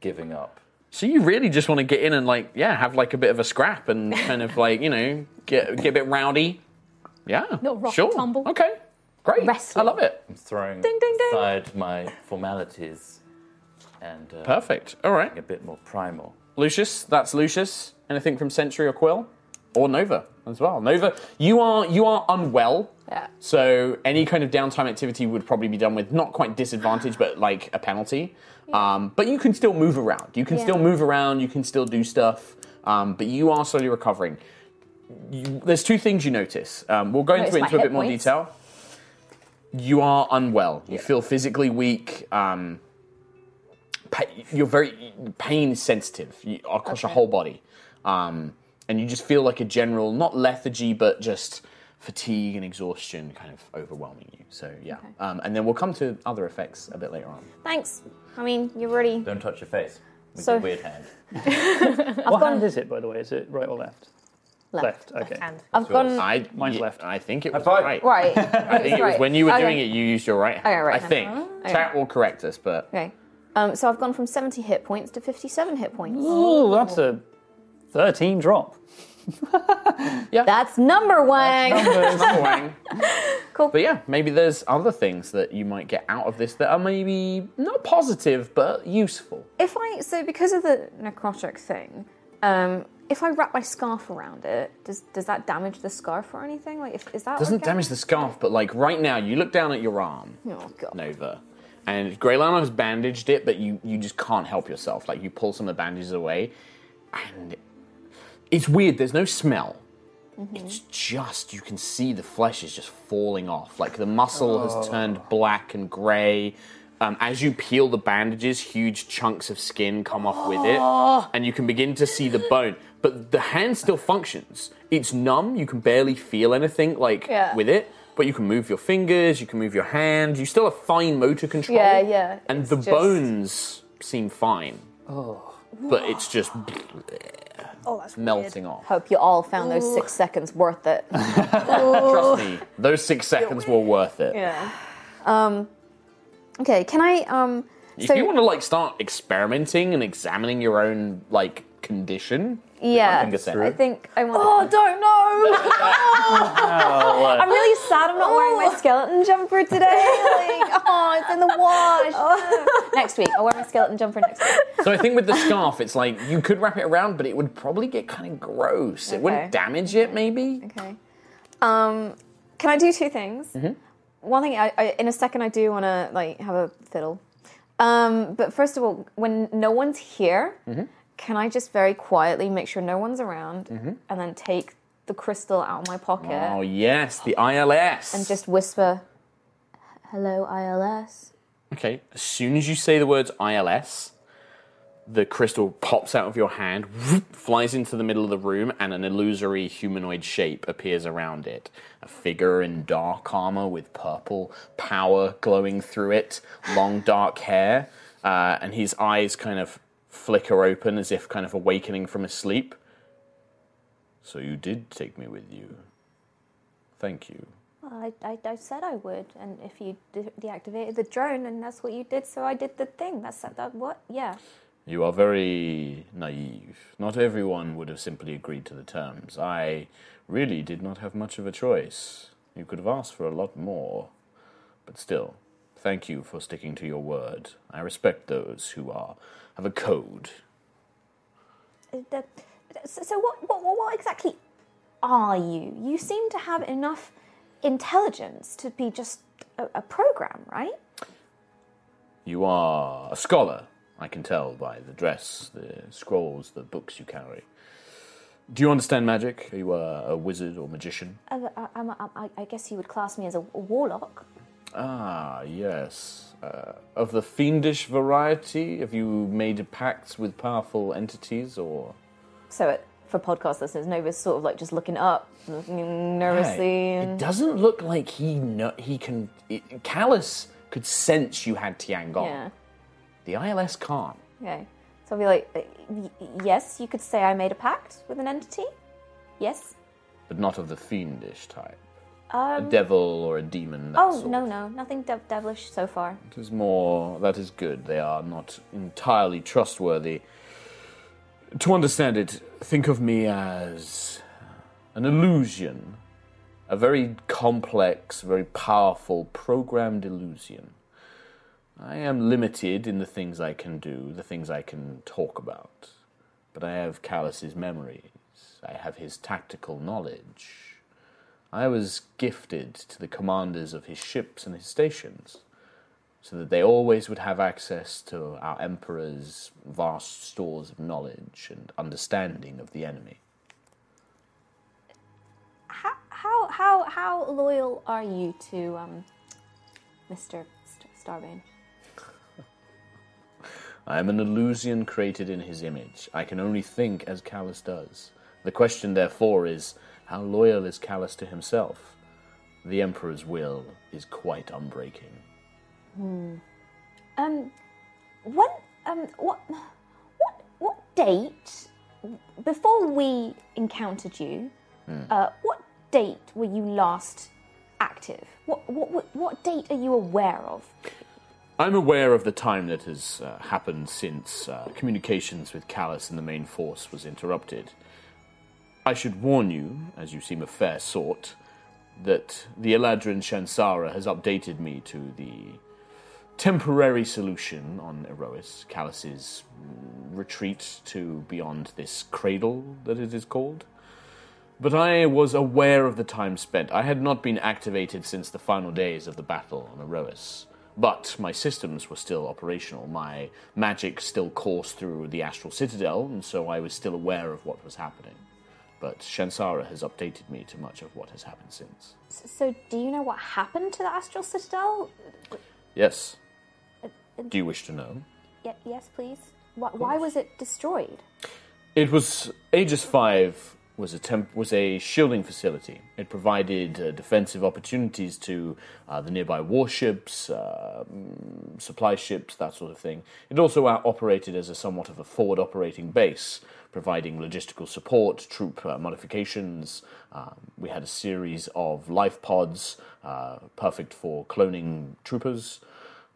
giving up.
So you really just want to get in and like, yeah, have like a bit of a scrap and kind of like, you know, get get a bit rowdy. Yeah.
Little rock
sure.
tumble.
Okay. Great. I love it.
I'm throwing
Ding, ding, ding.
aside my formalities and uh,
Perfect. All right.
A bit more primal.
Lucius, that's Lucius. Anything from Sentry or Quill? Or Nova as well. Nova, you are you are unwell.
Yeah.
So any kind of downtime activity would probably be done with not quite disadvantage, but like a penalty. Um, but you can still move around. You can
Yeah.
still move around. You can still do stuff. Um, but you are slowly recovering. You, there's two things you notice. Um, we'll go
Notice
into it
my
into a
hit
bit more
points.
detail. You are unwell. You feel physically weak. Um, pa- you're very pain sensitive you, across your whole body, um, and you just feel like a general not lethargy, but just fatigue and exhaustion kind of overwhelming you. So yeah, um, and then we'll come to other effects a bit later on.
Thanks. I mean, you really.
Don't touch your face.
with So- your weird
hand.
what hand is it, by the way? Is it right or left? Left. okay.
I've gone.
I, Mine's left. I think it was right.
Right.
I think it was when you were
Okay.
doing it, you used your right hand.
Okay, right
I
hand. Oh.
think
Okay.
chat will correct us, but
Okay. Um, so I've gone from 70 hit points to 57 hit points.
Ooh, that's a 13 drop.
That's number one. cool.
But yeah, maybe there's other things that you might get out of this that are maybe not positive but useful.
If I so because of the necrotic thing, um, if I wrap my scarf around it, does does that damage the scarf or anything? Like, if, is that
Doesn't
okay?
damage the scarf, but like right now, you look down at your arm,
Oh god.
Nova, and Greylana has bandaged it, but you you just can't help yourself. Like you pull some of the bandages away, and it's weird. There's no smell.
Mm-hmm.
It's just you can see the flesh is just falling off. Like the muscle has
Oh.
turned black and grey. Um, as you peel the bandages, huge chunks of skin come off with
Oh.
it, and you can begin to see the bone. But the hand still functions. It's numb. You can barely feel anything like
Yeah.
with it, but you can move your fingers. You can move your hand. You still have fine motor control.
Yeah, yeah.
And
it's
the
just-
bones seem fine,
Oh.
but it's just
Oh, that's
melting off.
Hope you all found those
Ooh.
six seconds worth it.
Oh.
Trust me, those six seconds were worth it.
yeah.
Um, okay. Can I? Um,
If
so
you want to like start experimenting and examining your own like condition,
yeah,
think it's that.
I think I want. Oh, don't know. I'm really sad I'm not wearing my skeleton jumper today. Like, oh, it's in the wash. next week, I'll wear my skeleton jumper next week.
so I think with the scarf, it's like you could wrap it around, but it would probably get kind of gross. It
Okay.
wouldn't damage it, maybe.
Okay. Um, can I do two things?
Mhm.
One thing, I, I, in a second, I do want to like have a fiddle. Um, but first of all, when no one's here,
Mm-hmm.
can I just very quietly make sure no one's around,
Mhm.
and then take the crystal out of my pocket
Oh yes, the ILS.
and just whisper, "Hello, ILS."
Okay, as soon as you say the words ILS, the crystal pops out of your hand, flies into the middle of the room, and an illusory humanoid shape appears around it. A figure in dark armor with purple power glowing through it, long dark hair, uh, and his eyes kind of flicker open as if kind of awakening from his sleep. So you did take me with you. Thank you.
I, I, I said I would, and if you de- deactivated the drone, and that's what you did, so I did the thing. That's that. What? Yeah.
You are very naive. Not everyone would have simply agreed to the terms. I really did not have much of a choice. You could have asked for a lot more. But still, thank you for sticking to your word. I respect those who are have a code.
Uh, the- So, so what, what, what, what exactly are you? You seem to have enough intelligence to be just a, a program, right?
You are a scholar, I can tell by the dress, the scrolls, the books you carry. Do you understand magic? Are you a, a wizard or magician?
Uh, I, I'm a- I- I guess you would class me as a, a warlock.
Ah, yes. Uh, of the fiendish variety, have you made pacts with powerful entities or.
So it, for podcast listeners, Nova's sort of like just looking up, looking nervously.
Hey,
and...
It doesn't look like he kno- he can. It, Callus could sense you had Tiangong.
Yeah.
The ILS can't.
Okay. So I'll be like, uh, y- yes, you could say I made a pact with an entity. Yes.
But not of the fiendish type.
Um,
a devil or a demon. That
oh
sort.
no, no, nothing dev- devilish so far.
It is more. That is good. They are not entirely trustworthy. To understand it, think of me as an illusion,
a very complex, very powerful programmed illusion. I am limited in the things I can do, the things I can talk about. But I have Callus's memories, I have his tactical knowledge. I was gifted to the commanders of his ships and his stations, so that they always would have access to our Emperor's vast stores of knowledge and understanding of the enemy.
How how how how loyal are you to um, Mr. St- Starbane?
I am an illusion created in his image. I can only think as Callus does. The question, therefore, is how loyal is Callus to himself? The Emperor's will is quite unbreaking.
Hmm. Um, when um what what what date before we encountered you?
Hmm.
Uh, what date were you last active? What, what what what date are you aware of?
I'm aware of the time that has uh, happened since uh, communications with Callus and the main force was interrupted. I should warn you, as you seem a fair sort, that the Eladrin Shansara has updated me to the temporary solution on Erois, Callus's mm, retreat to beyond this cradle that it is called. But I was aware of the time spent. I had not been activated since the final days of the battle on Erois. But my systems were still operational. My magic still coursed through the Astral Citadel, and so I was still aware of what was happening. But Shansara has updated me to much of what has happened since.
So, so do you know what happened to the Astral Citadel?
Yes.
Uh, uh,
Do you wish to know?
Ye- yes, please. Why, why was it destroyed?
It was Aegis Five was a temp, was a shielding facility. It provided uh, defensive opportunities to uh, the nearby warships, uh, mm, supply ships, that sort of thing. It also out- operated as a somewhat of a forward operating base, providing logistical support, troop uh, modifications. Um, we had a series of life pods, uh, perfect for cloning troopers,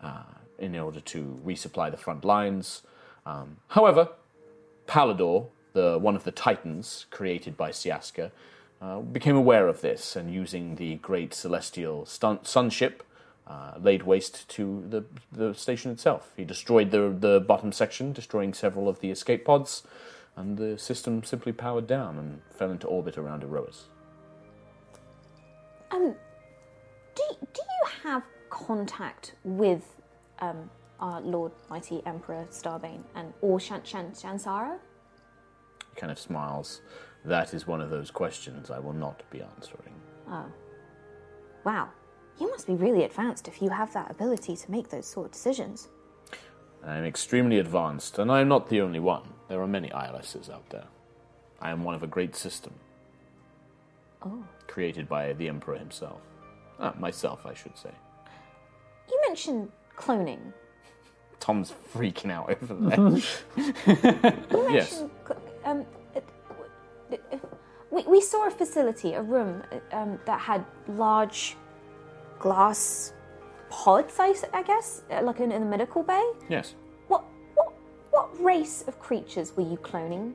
uh, in order to resupply the front lines. Um, however, Palador, the one of the titans created by Siaska, uh, became aware of this and using the great celestial stun- sunship. Uh, laid waste to the the station itself. He destroyed the the bottom section, destroying several of the escape pods, and the system simply powered down and fell into orbit around Erois.
Um, do, do you have contact with um, our Lord Mighty Emperor Starbane and or Shan, Shan, Shansara?
He kind of smiles. That is one of those questions I will not be answering.
Oh. Wow. You must be really advanced if you have that ability to make those sort of decisions.
I am extremely advanced, and I am not the only one. There are many ILSs out there. I am one of a great system
Oh.
created by the Emperor himself. Ah, myself, I should say.
You mentioned cloning.
Tom's freaking out over there. yes.
Cl- Um, it- it- it- we, we saw a facility, a room uh, um, that had large glass pods, I, s- I guess, uh, like in, in the medical bay.
Yes.
What, what, what race of creatures were you cloning?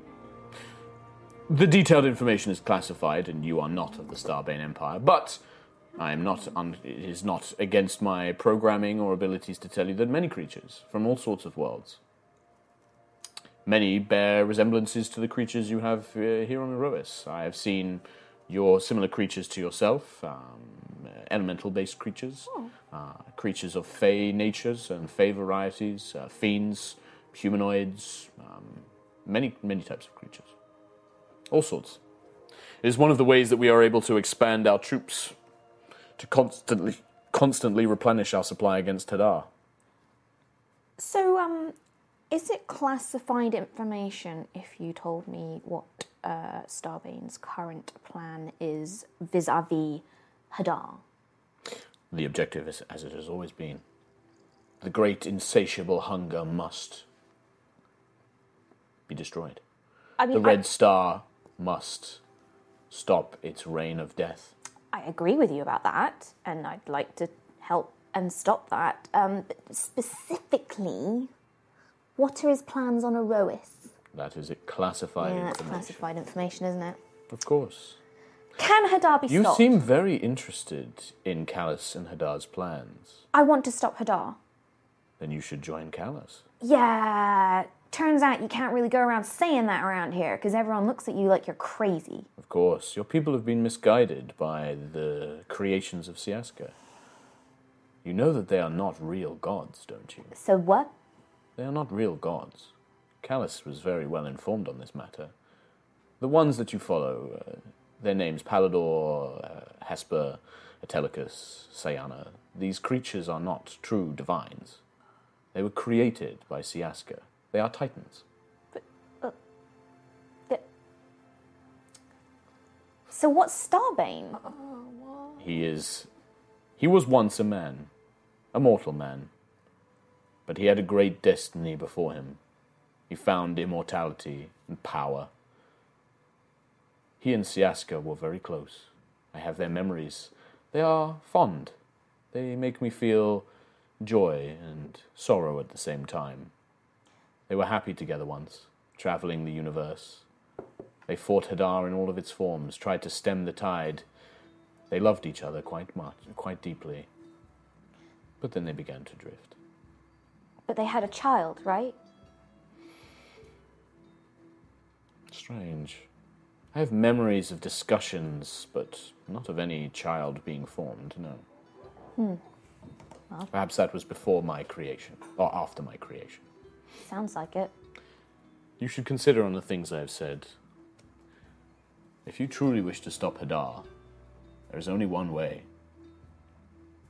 The detailed information is classified, and you are not of the Starbane Empire. But I am not. Un- it is not against my programming or abilities to tell you that many creatures from all sorts of worlds, many bear resemblances to the creatures you have uh, here on Erois. I have seen your similar creatures to yourself, um, elemental-based creatures, uh, creatures of fey natures and fey varieties, uh, fiends, humanoids, um, many many types of creatures all sorts. It is one of the ways that we are able to expand our troops to constantly constantly replenish our supply against Tadar.
So, um, is it classified information if you told me what uh, Starbane's current plan is vis a vis Hadar?
The objective is as it has always been. The great insatiable hunger must be destroyed.
I mean,
the
I-
Red Star must stop its reign of death.
I agree with you about that, and I'd like to help and stop that. Um, but specifically, what are his plans on Erois?
That is it classified
yeah, that's
information.
classified information, isn't it?
Of course.
Can Hadar be
You
stopped?
seem very interested in Callus and Hadar's plans.
I want to stop Hadar.
Then you should join Callus.
Yeah, turns out you can't really go around saying that around here because everyone looks at you like you're crazy.
Of course, your people have been misguided by the creations of Siaska. You know that they are not real gods, don't you?
So what?
They are not real gods. Callus was very well informed on this matter. The ones that you follow, uh, their names Palador, uh, Hesper, Atelicus, Sayana, these creatures are not true divines. They were created by Siaska. They are titans.
So what's Starbane?
Uh-uh. He is. He was once a man, a mortal man. But he had a great destiny before him. He found immortality and power. He and Siaska were very close. I have their memories. They are fond. They make me feel joy and sorrow at the same time. They were happy together once, traveling the universe. They fought Hadar in all of its forms, tried to stem the tide. They loved each other quite much, quite deeply. But then they began to drift.
But they had a child, right?
Strange. I have memories of discussions, but not of any child being formed, no.
Hmm.
Perhaps that was before my creation, or after my creation.
Sounds like it.
You should consider on the things I have said. If you truly wish to stop Hadar, there is only one way.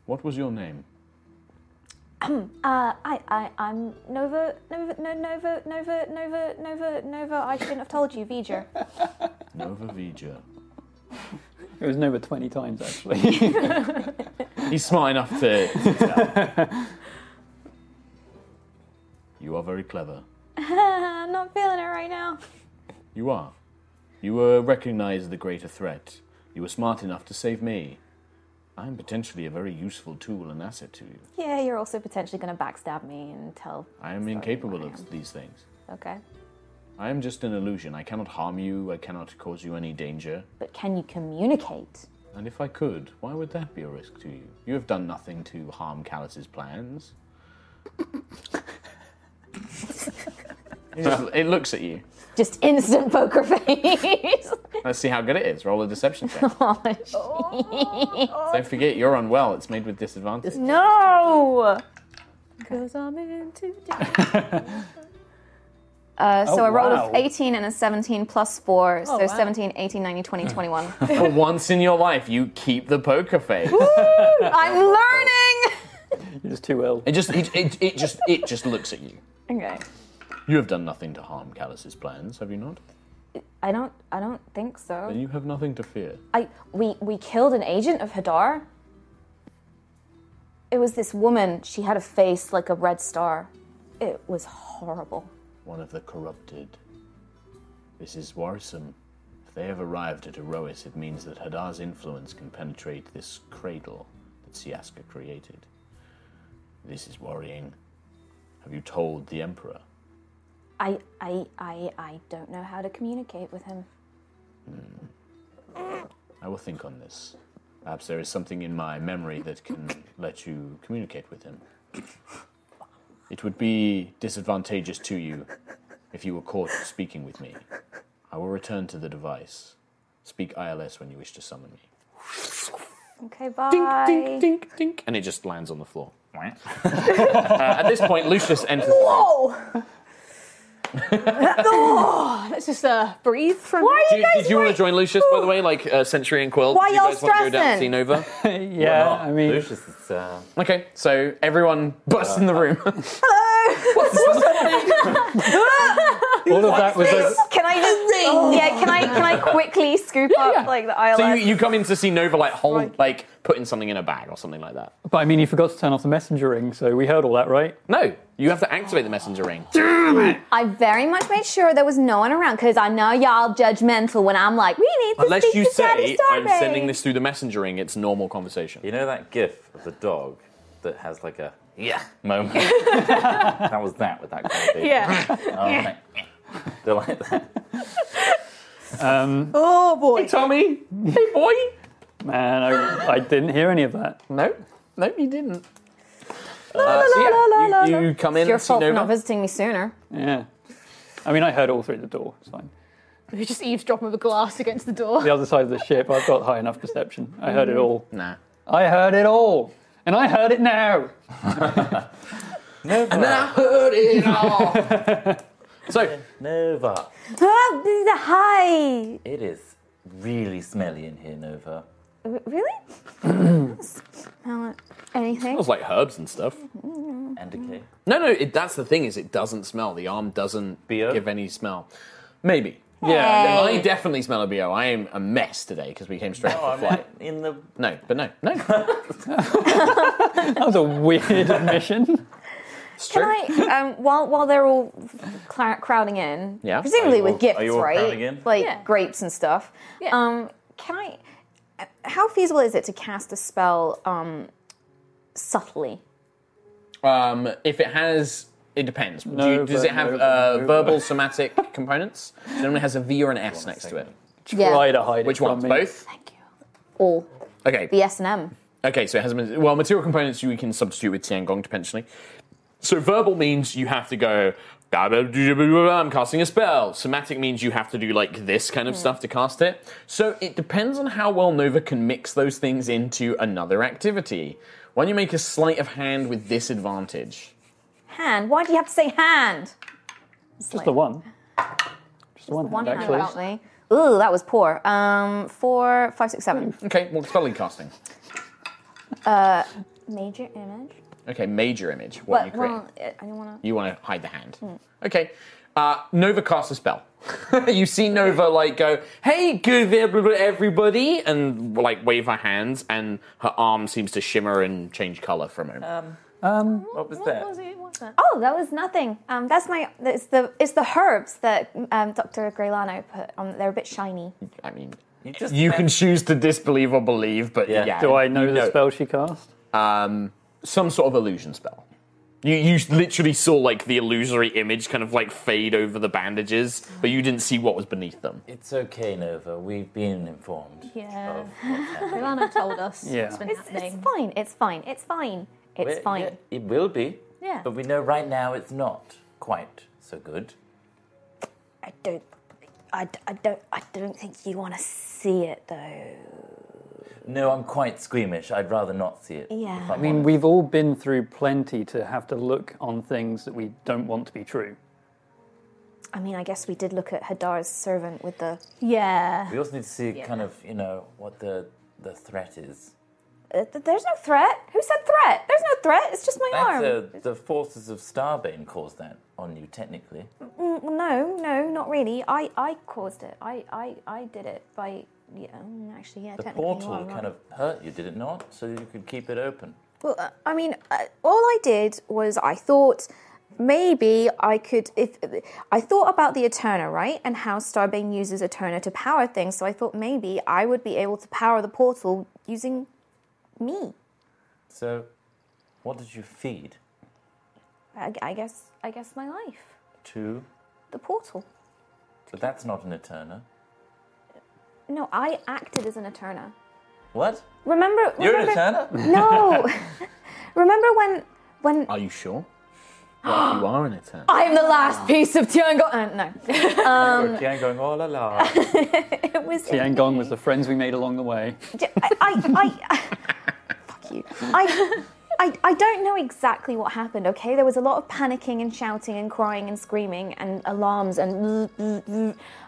What was your name?
uh, I, I, I'm Nova, Nova, no, Nova, Nova, Nova, Nova, Nova. I shouldn't have told you, Vija.
Nova Vija.
It was Nova 20 times, actually.
He's smart enough to. to tell. you are very clever.
I'm not feeling it right now.
You are. You uh, recognize the greater threat. You were smart enough to save me. I am potentially a very useful tool and asset to you.
Yeah, you're also potentially going to backstab me and tell.
I am incapable of these things.
Okay,
I am just an illusion. I cannot harm you. I cannot cause you any danger.
but can you communicate?
And if I could, why would that be a risk to you? You have done nothing to harm Callus's plans. it, just- it looks at you.
Just instant poker face.
Let's see how good it is. Roll a deception check.
oh,
Don't forget, you're unwell. It's made with disadvantage.
no.
Because I'm in too deep.
Uh, so
Oh,
I rolled
wow. Oh,
of 18 and a 17 plus 4, so
wow.
17, 18, 19, 20, 21.
For once in your life, you keep the poker face.
I'm learning!
You're just too ill. It just, it, it, it just, it just looks at you.
Okay.
You have done nothing to harm Callus's plans, have you not?
I don't. I don't think so.
Then you have nothing to fear.
I we we killed an agent of Hadar. It was this woman. She had a face like a red star. It was horrible.
One of the corrupted. This is worrisome. If they have arrived at Erois, it means that Hadar's influence can penetrate this cradle that Siaska created. This is worrying. Have you told the Emperor?
I I I I don't know how to communicate with him.
I will think on this. Perhaps there is something in my memory that can let you communicate with him. It would be disadvantageous to you if you were caught speaking with me. I will return to the device. Speak ILS when you wish to summon me.
Okay, bye.
dink, dink, dink. And it just lands on the floor. Uh, at this point, Lucius enters.
Whoa! oh, let's just uh, breathe for a Why
Do you, did you want to join Lucius, by the way, like uh, Century and Quill?
Why
Did you
y'all
guys want to go down and see
stressing?
Nova?
yeah, I mean.
Oh, Lucius is. Uh,
Okay, so everyone busts in the room.
All of that was.
Please, can I just ring? Yeah, can I can I quickly scoop up like the ILS?
So you, you come in to see Nova like hold like putting something in a bag or something like that.
But I mean, you forgot to turn off the messenger ring, so we heard all that, right?
No, you have to activate the messenger ring.
I very much made sure there was no one around because I know y'all judgmental when I'm like, we need to
Unless
speak
you
to Daddy
say I'm
Starbase."
sending this through the messenger ring, it's normal conversation.
you know that GIF of the dog that has like a yeah moment. that Oh, was that with that. Kind of
Yeah.
They're like that.
Um,
Oh boy.
Hey, Tommy. Hey, boy.
man, I, I didn't hear any of that.
No, no, you didn't.
la,
Uh, so
la,
yeah,
la, la, la,
you,
la.
you come in
It's your
and see
fault for
Nova.
not visiting me sooner.
Yeah. I mean, I heard it all through the door. It's fine.
We just eavesdrop with a glass against the door.
The other side of the ship, I've got high enough perception. I heard it all.
Nah.
I heard it all. And I heard it now.
And then I heard it all.
So Nova,
Ah,
Hi.
it is really smelly in here, Nova.
R- Really? Smell it. Anything?
smells like herbs and stuff.
And decay.
No, no, it, that's the thing is it doesn't smell. The arm doesn't give any smell. Maybe.
Yeah.
I definitely smell a BO. I am a mess today because we came straight
No,
off
I
the flight.
meant in the
No, but no, no.
That was a weird admission.
Can I, um, while while they're all cla crowding in,
Yeah.
presumably
Are you
with
all-
gifts,
are you all
right?
crowding in?
Like
Yeah.
grapes and stuff.
Yeah.
Um, can I? uh, How feasible is it to cast a spell um, subtly?
Um, if it has, it depends. Do you- does it have
Nova,
uh,
Nova.
verbal somatic components? It normally has a V or an S next to it.
Yeah. Try
to hide it
Which
from
ones?
me.
Both.
All
Okay.
the S and M.
Okay, so it hasn't been. Well, material components you can substitute with Tiangong potentially. So verbal means you have to go. "Blah, blah, blah, blah, blah, I'm casting a spell. Somatic means you have to do like this kind of stuff to cast it. So it depends on how well Nova can mix those things into another activity. Why don't you make a sleight of hand with disadvantage?
Hand. Why do you have to say hand?
Just the one. Just the one,
One
hand,
hand
actually.
about me. Ooh, that was poor. Um, four, five, six, seven.
Okay, well, spelling casting.
Uh, major image.
Okay, major image. What you
but
create?
well, Hmm. I don't want to.
You want to hide the hand. Okay. Uh, Nova casts a spell. you see Nova like go, "Hey, good everybody," and like wave her hands, and her arm seems to shimmer and change color for a moment.
Um,
um,
what was that?
Oh, that was nothing. Um, that's my. It's the it's the herbs that um, Dr. Grelano put on. They're a bit shiny.
I mean, you,
just
can choose to disbelieve or believe, but yeah.
Do I know
you
the spell she cast?
Um, some sort of illusion spell. You, you literally saw like the illusory image kind of like fade over the bandages, but you didn't see what was beneath them.
It's okay, Nova. We've been informed.
Yeah.
Of what's happening.
Milana told us
Yeah.
what's been
It's, it's
happening.
fine. It's fine. It's fine. It's
Well,
fine.
yeah, it will be.
Yeah.
But we know right now it's not quite so good.
I don't. I, d- I don't. I don't think you want to see it though.
No, I'm quite squeamish. I'd rather not see it.
Yeah.
If I'm
I mean,
honest.
we've all been through plenty to have to look on things that we don't want to be true.
I mean, I guess we did look at Hadar's servant with the.
Yeah.
we also need to see kind of, you know, what the the threat is.
Uh, th- there's no threat. Who said threat? There's no threat. It's just my
That's
arm.
uh, the forces of Starbane caused that on you, technically.
Mm, no, no, not really. I, I caused it. I, I, I did it by. Yeah, mm, actually, yeah.
The
technically you
portal
are right.
kind of hurt you, did it not? So you could keep it open.
Well, uh, I mean, uh, all I did was I thought maybe I could. If I thought about the Eterna, right, and how Starbane uses Eterna to power things, so I thought maybe I would be able to power the portal using me.
So, what did you feed
I, I guess. I guess my life,
to?
the portal.
But that's not an Eterna.
No, I acted as an Eterna.
What?
Remember?
You're an
remember,
Eterna?
No. remember when? When
Are you sure? What if you are an eternal.
I'm the last piece of Tiango. Uh, no. Um,
Okay, I'm going, oh la la.
it was.
Tiangong was the friends we made along the way.
I, I, I, fuck you. I, I, I don't know exactly what happened. Okay, there was a lot of panicking and shouting and crying and screaming and alarms and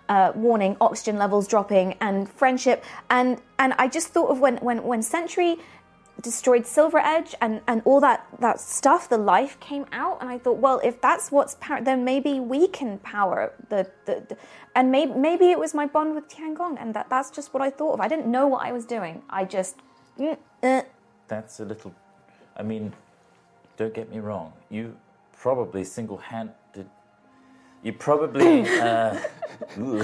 uh, warning, oxygen levels dropping and friendship and and I just thought of when when when Sentry destroyed Silver Edge and and all that that stuff, the life came out, and I thought, well, if that's what's power, then maybe we can power the the, the and maybe maybe it was my bond with Tiangong, and that that's just what I thought of. I didn't know what I was doing. I just. mm, uh,
That's a little. I mean, don't get me wrong. You probably single handed. You probably. uh, ooh.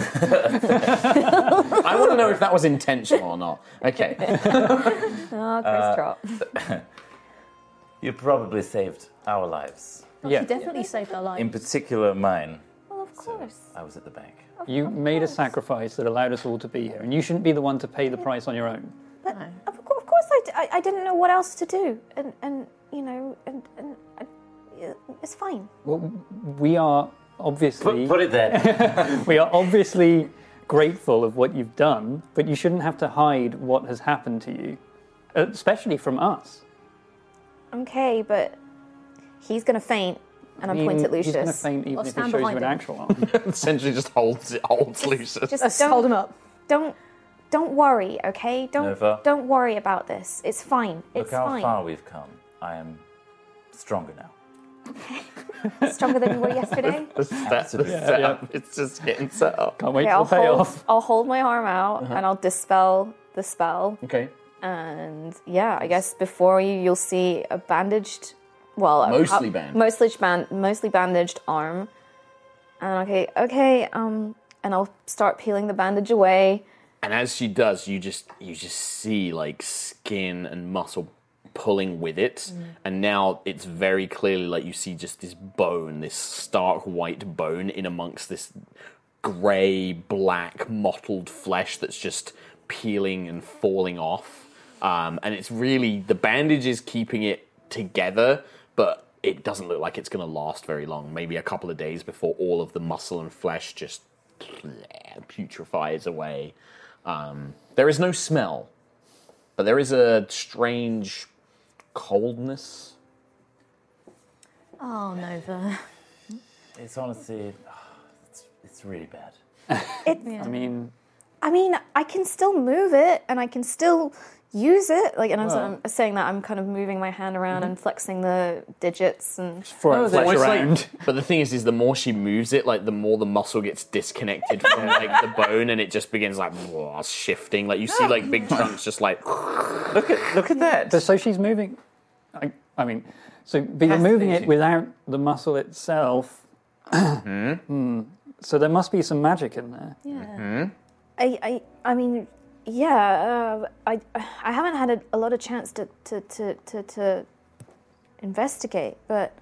I want to know if that was intentional or not. Okay.
Ah,
Oh, Chris Trot.
you probably saved our lives.
She definitely saved our life.
In particular, mine.
Well, of course.
I was at the bank.
You made a sacrifice that allowed us all to be here, and you shouldn't be the one to pay the price on your own.
But of, cour- of course, I, d- I- I didn't know what else to do, and and you know, and and I, it's fine.
Well, we are obviously.
Put it there.
we are obviously grateful of what you've done, but you shouldn't have to hide what has happened to you, especially from us.
Okay, but he's gonna faint, and I,
I mean,
point at Lucius.
He's going to faint even
I'll
if he
stand
shows you
behind
an
him.
actual arm.
Essentially, just holds it, holds Lucius.
Just hold him up. Don't don't worry, okay? Don't
Nova.
don't worry about this. It's fine.
Look
It's
how
fine.
far we've come. I am stronger now.
Stronger than you were yesterday.
The set- the
Absolutely.
setup, It's just getting set up.
Can't
okay, I'll hold, I'll hold my arm out
Uh-huh.
and I'll dispel the spell.
Okay.
And yeah, I guess before you, you'll see a bandaged, well, a-
Mostly
a-
bandaged.
mostly ban- mostly bandaged arm. And okay, okay, um, and I'll start peeling the bandage away.
And as she does, you just you just see like skin and muscle pulling with it,
Mm.
and now it's very clearly like you see just this bone, this stark white bone in amongst this grey, black, mottled flesh that's just peeling and falling off. Um, and it's really the bandage is keeping it together, but it doesn't look like it's going to last very long. Maybe a couple of days before all of the muscle and flesh just putrefies away. Um, there is no smell, but there is a strange coldness.
Oh, Nova.
It's honestly, ah, it's, it's really bad.
It,
I mean,
I mean, I can still move it and I can still use it. Like, and I'm,
Well-
I'm saying that I'm kind of moving my hand around and flexing the digits and.
Oh,
It's almost like- but the thing is, is the more she moves it, like the more the muscle gets disconnected from like the bone, and it just begins like shifting. Like you see, like big chunks just like
Ah. Look at look at that. But so she's moving. I, I mean, so but you're
Has to
moving
be.
it without the muscle itself. Hmm. So there must be some magic in there.
Yeah. I, I, I mean, yeah. Uh, I, I haven't had a, a lot of chance to to, to, to to investigate, but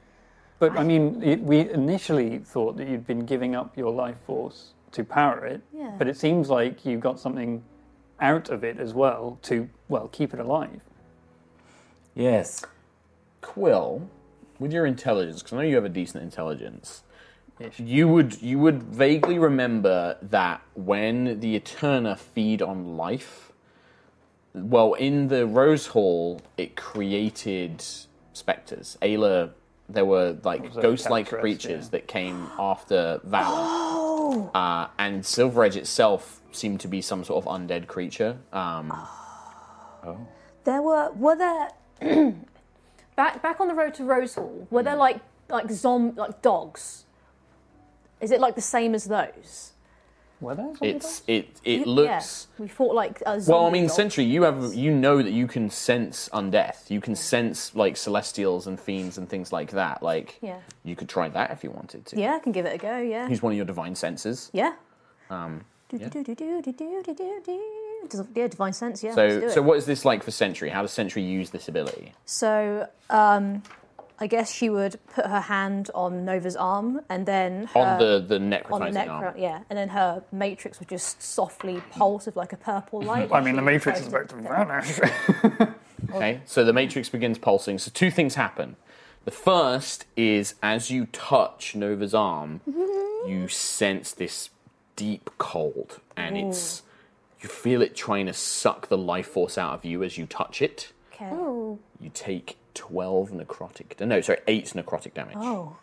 But I mean, it, we initially thought that you'd been giving up your life force to power it.
Yeah.
But it seems like you got something out of it as well to well keep it alive.
Yes.
Quill, with your intelligence, because I know you have a decent intelligence, you would you would vaguely remember that when the Eterna feed on life, well, in the Rose Hall, it created specters. Ayla, there were like
Observe
ghost-like
Temptress,
creatures
yeah.
that came after Val.
Oh.
Uh, and Silver Edge itself seemed to be some sort of undead creature. Um, oh.
There were were there
Back back on the road to Rose Hall, were there like like zom like dogs? Is it like the same as those?
Were there?
It's it it
Yeah,
looks.
We fought like a zombie
Well, I mean,
dog.
Sentry, you have you know that you can sense undeath. You can sense like celestials and fiends and things like that. Like
Yeah.
you could try that if you wanted to.
Yeah, I can give it a go. Yeah.
Use one of your divine senses.
Yeah.
Um,
Do,
yeah.
do, do, do, do, do, do, do, do. Does- Yeah, divine sense. Yeah. let's
so
do
so
it.
what is this like for Sentry? How does Sentry use this ability?
so? Um, I guess she would put her hand on Nova's arm and then her,
Uh,
On the- the
on the
necrotizing
neck,
arm.
yeah, and then her matrix would just softly pulse with like a purple light.
I mean, the matrix
She
is
would
about
go
to
vanish.
Okay, so the matrix begins pulsing. So two things happen. The first is as you touch Nova's arm, you sense this deep cold, and it's you feel it trying to suck the life force out of you as you touch it.
Okay.
You take twelve necrotic. No, sorry, eight necrotic damage.
Oh.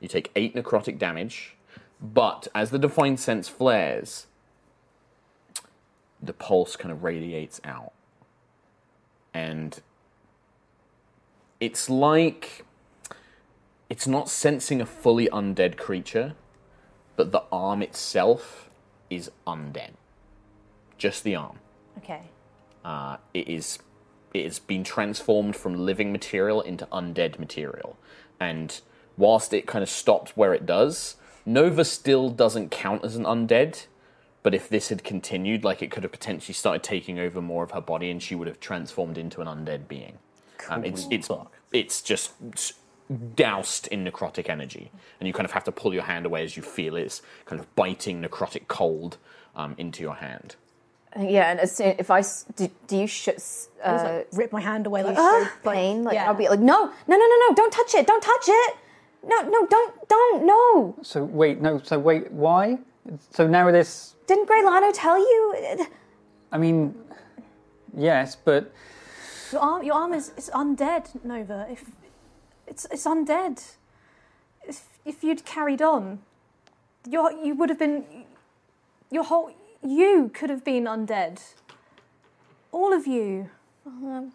You take eight necrotic damage, but as the divine sense flares, the pulse kind of radiates out. And it's like it's not sensing a fully undead creature, but the arm itself is undead. Just the arm.
Okay.
Uh, it is it has been transformed from living material into undead material, and whilst it kind of stops where it does, Nova still doesn't count as an undead. But if this had continued, like it could have potentially started taking over more of her body, and she would have transformed into an undead being. Um, it's it's it's just s- doused in necrotic energy, and you kind of have to pull your hand away as you feel it's kind of biting necrotic cold um, into your hand.
Yeah, and as soon if I s- do, do you sh- s-
I was,
uh,
like, rip my hand away
do
like,
you show
"Ah!"
pain? Like
yeah.
I'll be like, no, no, no, no, no! Don't touch it! Don't touch it! No, no, don't, don't, no!
So wait, no. So wait, why? So now this.
Didn't Grey Lano tell you?
I mean, yes, but
Your arm, your arm is, is undead, Nova. If it's it's undead. If if you'd carried on, your you would have been your whole you could have been undead. All of you.
Um,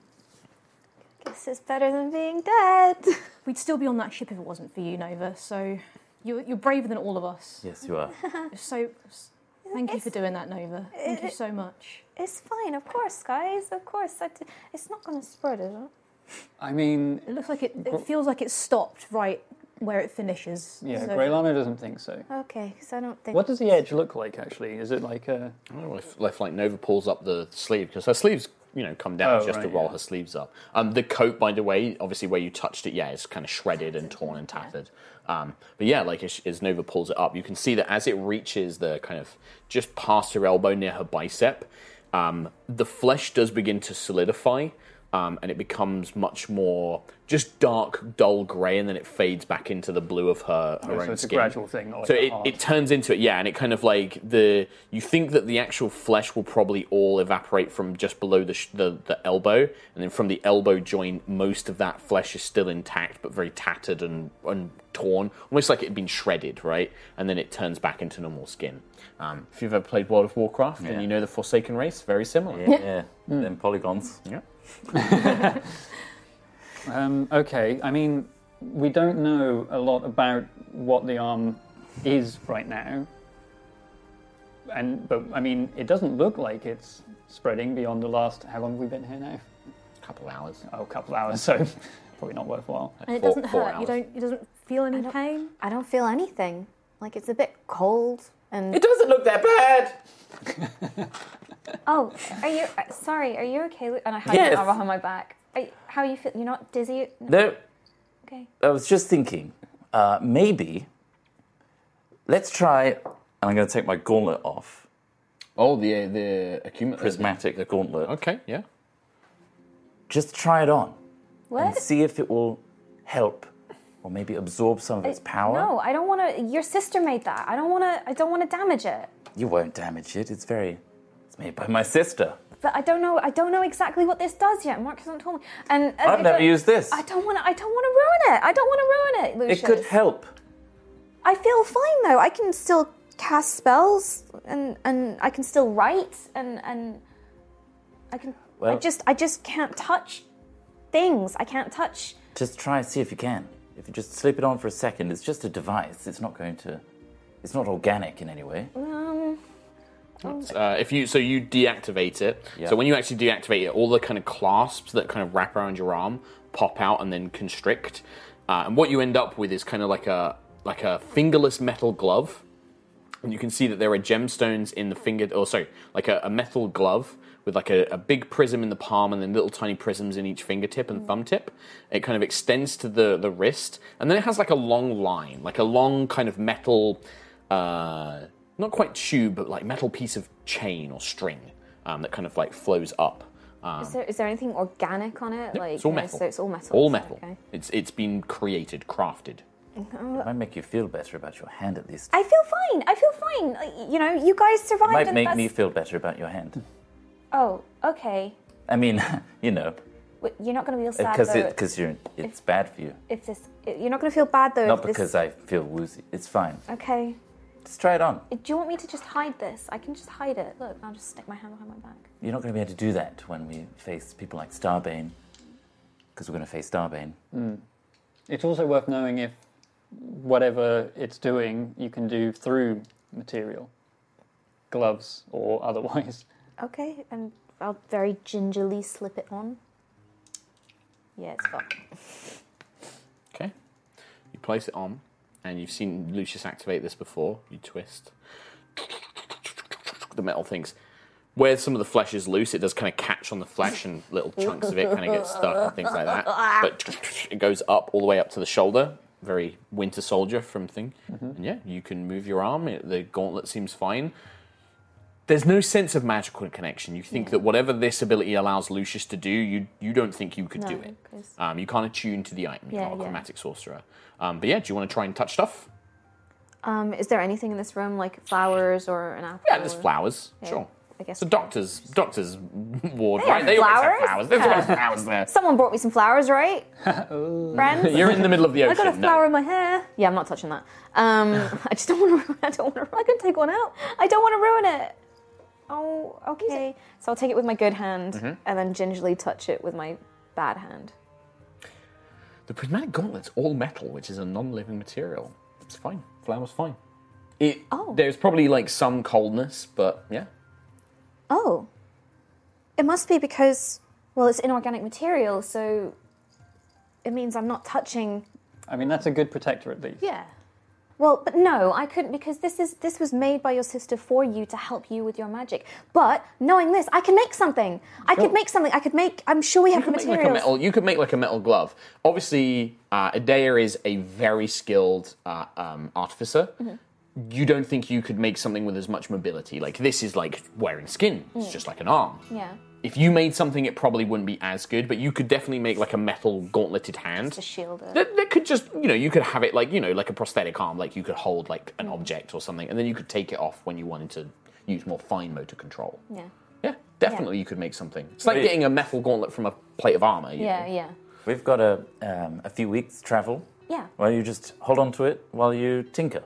guess it's better than being dead.
We'd still be on that ship if it wasn't for you, Nova. So you're you're braver than all of us.
Yes, you are.
So thank you for doing that, Nova. Thank you so much.
It's fine, of course, guys, of course. I d- it's not going to spread it. huh?
I mean,
It looks like it. It feels like it stopped right where it finishes.
yeah,
So-
Grey Lana doesn't think so.
Okay, because I don't think.
What does the edge look like? Actually, is it like a?
I don't know if, if like Nova pulls up the sleeve because her sleeves, you know, come down
Oh,
just to
right,
roll
yeah.
her sleeves up. Um, the coat, by the way, obviously where you touched it, yeah, it's kind of shredded and torn and tattered. Um, but yeah, like as, as Nova pulls it up, you can see that as it reaches the kind of just past her elbow near her bicep, um, the flesh does begin to solidify. Um, and it becomes much more just dark, dull grey, and then it fades back into the blue of her, her
Oh, so
own
it's a
skin.
gradual thing, not like
so
a
it,
hard-
it turns into it, yeah, and it kind of like the you think that the actual flesh will probably all evaporate from just below the sh- the, the elbow, and then from the elbow joint, most of that flesh is still intact, but very tattered and and torn, almost like it had been shredded, right? And then it turns back into normal skin. Um, if you've ever played World of Warcraft, and
Yeah.
you know the Forsaken race, very similar.
Yeah, yeah. Then polygons.
Yeah.
Um, okay, I mean, we don't know a lot about what the arm is right now, and but I mean, it doesn't look like it's spreading beyond the last. How long have we been here now?
A couple hours.
Oh, a couple hours. So probably not worthwhile.
And it doesn't hurt. You don't. It doesn't feel any pain.
I don't feel anything. Like it's a bit cold and.
It doesn't look that bad.
Oh, are you? uh, Sorry, are you okay? Lu- And I hide
Yes.
my arm behind my back. Are you, how you feel? You're not dizzy?
No,
Okay.
I was just thinking, uh, maybe let's try. And I'm going to take my gauntlet off.
Oh, the the accumul-
prismatic gauntlet.
Okay, yeah.
Just try it on and
What?
see if it will help, or maybe absorb some of its power.
Uh, No, I don't want to. Your sister made that. I don't want to. I don't want to damage it.
You won't damage it. It's very. It's made by my sister.
But I don't know. I don't know exactly what this does yet. Mark hasn't told me. And and
I've
I
never
don't-
used this.
I don't want to. I don't want to ruin it. I don't want to ruin it, Lucius.
It could help.
I feel fine though. I can still cast spells and and I can still write and and I can. I
Well-
just I just can't touch things. I can't touch.
Just try and see if you can. If you just slip it on for a second, it's just a device. It's not going to. It's not organic in any way.
Um.
Uh, if you so you deactivate it.
Yeah.
So when you actually deactivate it, all the kind of clasps that kind of wrap around your arm pop out and then constrict. Uh, and what you end up with is kind of like a like a fingerless metal glove. And you can see that there are gemstones in the finger, or sorry, like a, a metal glove with like a, a big prism in the palm and then little tiny prisms in each fingertip
Mm.
and thumb tip. It kind of extends to the, the wrist. And then it has like a long line, like a long kind of metal, uh, not quite tube, but like metal piece of chain or string um, that kind of like flows up. Um,
Is there is there anything organic on it? like
it's all
you know,
metal.
so it's all metal.
all metal.
Okay.
It's, it's been created, crafted.
It might make you feel better about your hand at least.
I feel fine. I feel fine. Like, You know, you guys
It
survived.
might
and
make
that's-
me feel better about your hand.
Oh, okay.
I mean, you know,
Wait, You're not going to feel sad
because
though.
it, cause you're, it's bad for you.
if this, you're not going to feel bad though.
Not
if this-
because I feel woozy. It's fine.
Okay.
Just try it on.
Do you want me to just hide this? I can just hide it. Look, I'll just stick my hand behind my back.
You're not going to be able to do that when we face people like Starbane, because we're going to face Starbane.
It's also worth knowing if whatever it's doing, you can do through material, gloves or otherwise.
Okay, and I'll very gingerly slip it on. Yeah, it's fine.
Okay. You place it on, and you've seen Lucius activate this before. You twist. The metal things where some of the flesh is loose, it does kind of catch on the flesh and little chunks of it kind of get stuck and things like that. But it goes up all the way up to the shoulder. Very Winter Soldier from thing. And yeah, you can move your arm. It, the gauntlet seems fine. There's no sense of magical connection. You think that whatever this ability allows Lucius to do, you you don't think you could do
No,
it.
'cause-
Um, you can't attune to the item. You're
Yeah,
not a
yeah.
chromatic sorcerer. Um, but yeah, do you want to try and touch stuff?
Um, is there anything in this room like flowers or an apple?
Yeah, there's flowers.
Yeah,
Sure.
I guess.
It's a doctor's doctor's ward,
They
right?
have
They always have
flowers?
flowers. There's always flowers there.
Someone brought me some flowers, right? Friends.
Oh. You're in the middle of the ocean.
I got a
no.
flower in my hair. Yeah, I'm not touching that. Um, I just don't want to. I don't want to. I can take one out. I don't want to ruin it. Oh, okay. So I'll take it with my good hand
Mhm.
and then gingerly touch it with my bad hand.
The prismatic gauntlet's all metal, which is a non-living material. It's fine. Flower's fine. It, There's probably like some coldness, but yeah.
Oh, it must be because well, it's inorganic material, so it means I'm not touching.
I mean, that's a good protector at least.
Yeah. Well, but no, I couldn't because this is this was made by your sister for you to help you with your magic. But knowing this, I can make something. I
Sure.
could make something. I could make. I'm sure we have
could
the
make, like a
materials.
metal, you could make like a metal glove. Obviously, uh, Adair is a very skilled uh, um, artificer.
Mhm.
You don't think you could make something with as much mobility. Like this is like wearing skin. It's
Mm.
just like an arm.
Yeah.
If you made something, it probably wouldn't be as good. But you could definitely make like a metal gauntleted hand.
Just to shield it.
That, that could just, you know, you could have it like, you know, like a prosthetic arm, like you could hold like
Mm.
an object or something, and then you could take it off when you wanted to use more fine motor control.
Yeah.
Yeah, definitely you could make something. It's like
Wait.
getting a metal gauntlet from a plate of armor. you
Yeah.
know?
Yeah.
We've got a, um, a few weeks' travel.
Yeah.
Well, you just hold on to it while you tinker,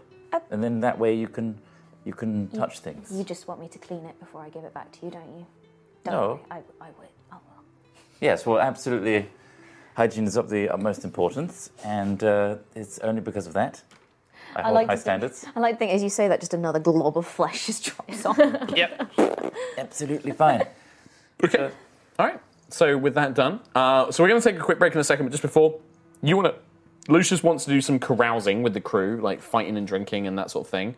and then that way you can you can
You-
touch things.
You just want me to clean it before I give it back to you, don't you? Don't
No.
worry, I, I would. I will.
Yes, well, absolutely. Hygiene is of the utmost importance, and uh, it's only because of that I, hold high
to
standards.
Think, I like to think as you say that, just another glob of flesh just drops on.
yep.
Absolutely fine.
Okay. All right. So with that done, uh, so we're going to take a quick break in a second. But just before, you want to, Lucius wants to do some carousing with the crew, like fighting and drinking and that sort of thing.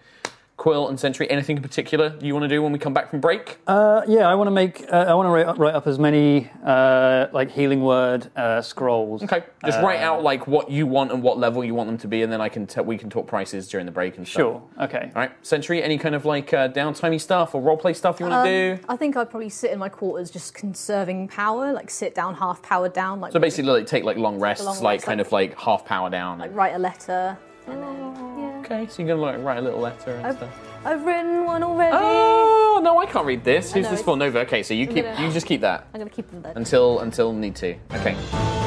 Quill and Sentry, anything in particular you want to do when we come back from break?
Uh, yeah, I want to make. Uh, I want to write, write up as many uh, like healing word uh, scrolls.
Okay. Just write
Uh,
out like what you want and what level you want them to be, and then I can t- we can talk prices during the break and stuff.
Sure. Okay.
All right. Sentry, any kind of like uh, downtimey stuff or roleplay stuff you want
Um,
to do?
I think I'd probably sit in my quarters just conserving power, like sit down half powered down, like
So basically, like take like long rests,
long
like
rest,
kind
like-
of like half power down.
like write a letter. And then,
Okay, so you're gonna like write a little letter and
I've-
stuff.
I've written one already.
Oh no, I can't read this.
I
Who's
know,
this
it's-
for? Nova. Okay, so you
I'm
keep
gonna-
you just keep that
I'm gonna keep them there.
until until need to. Okay.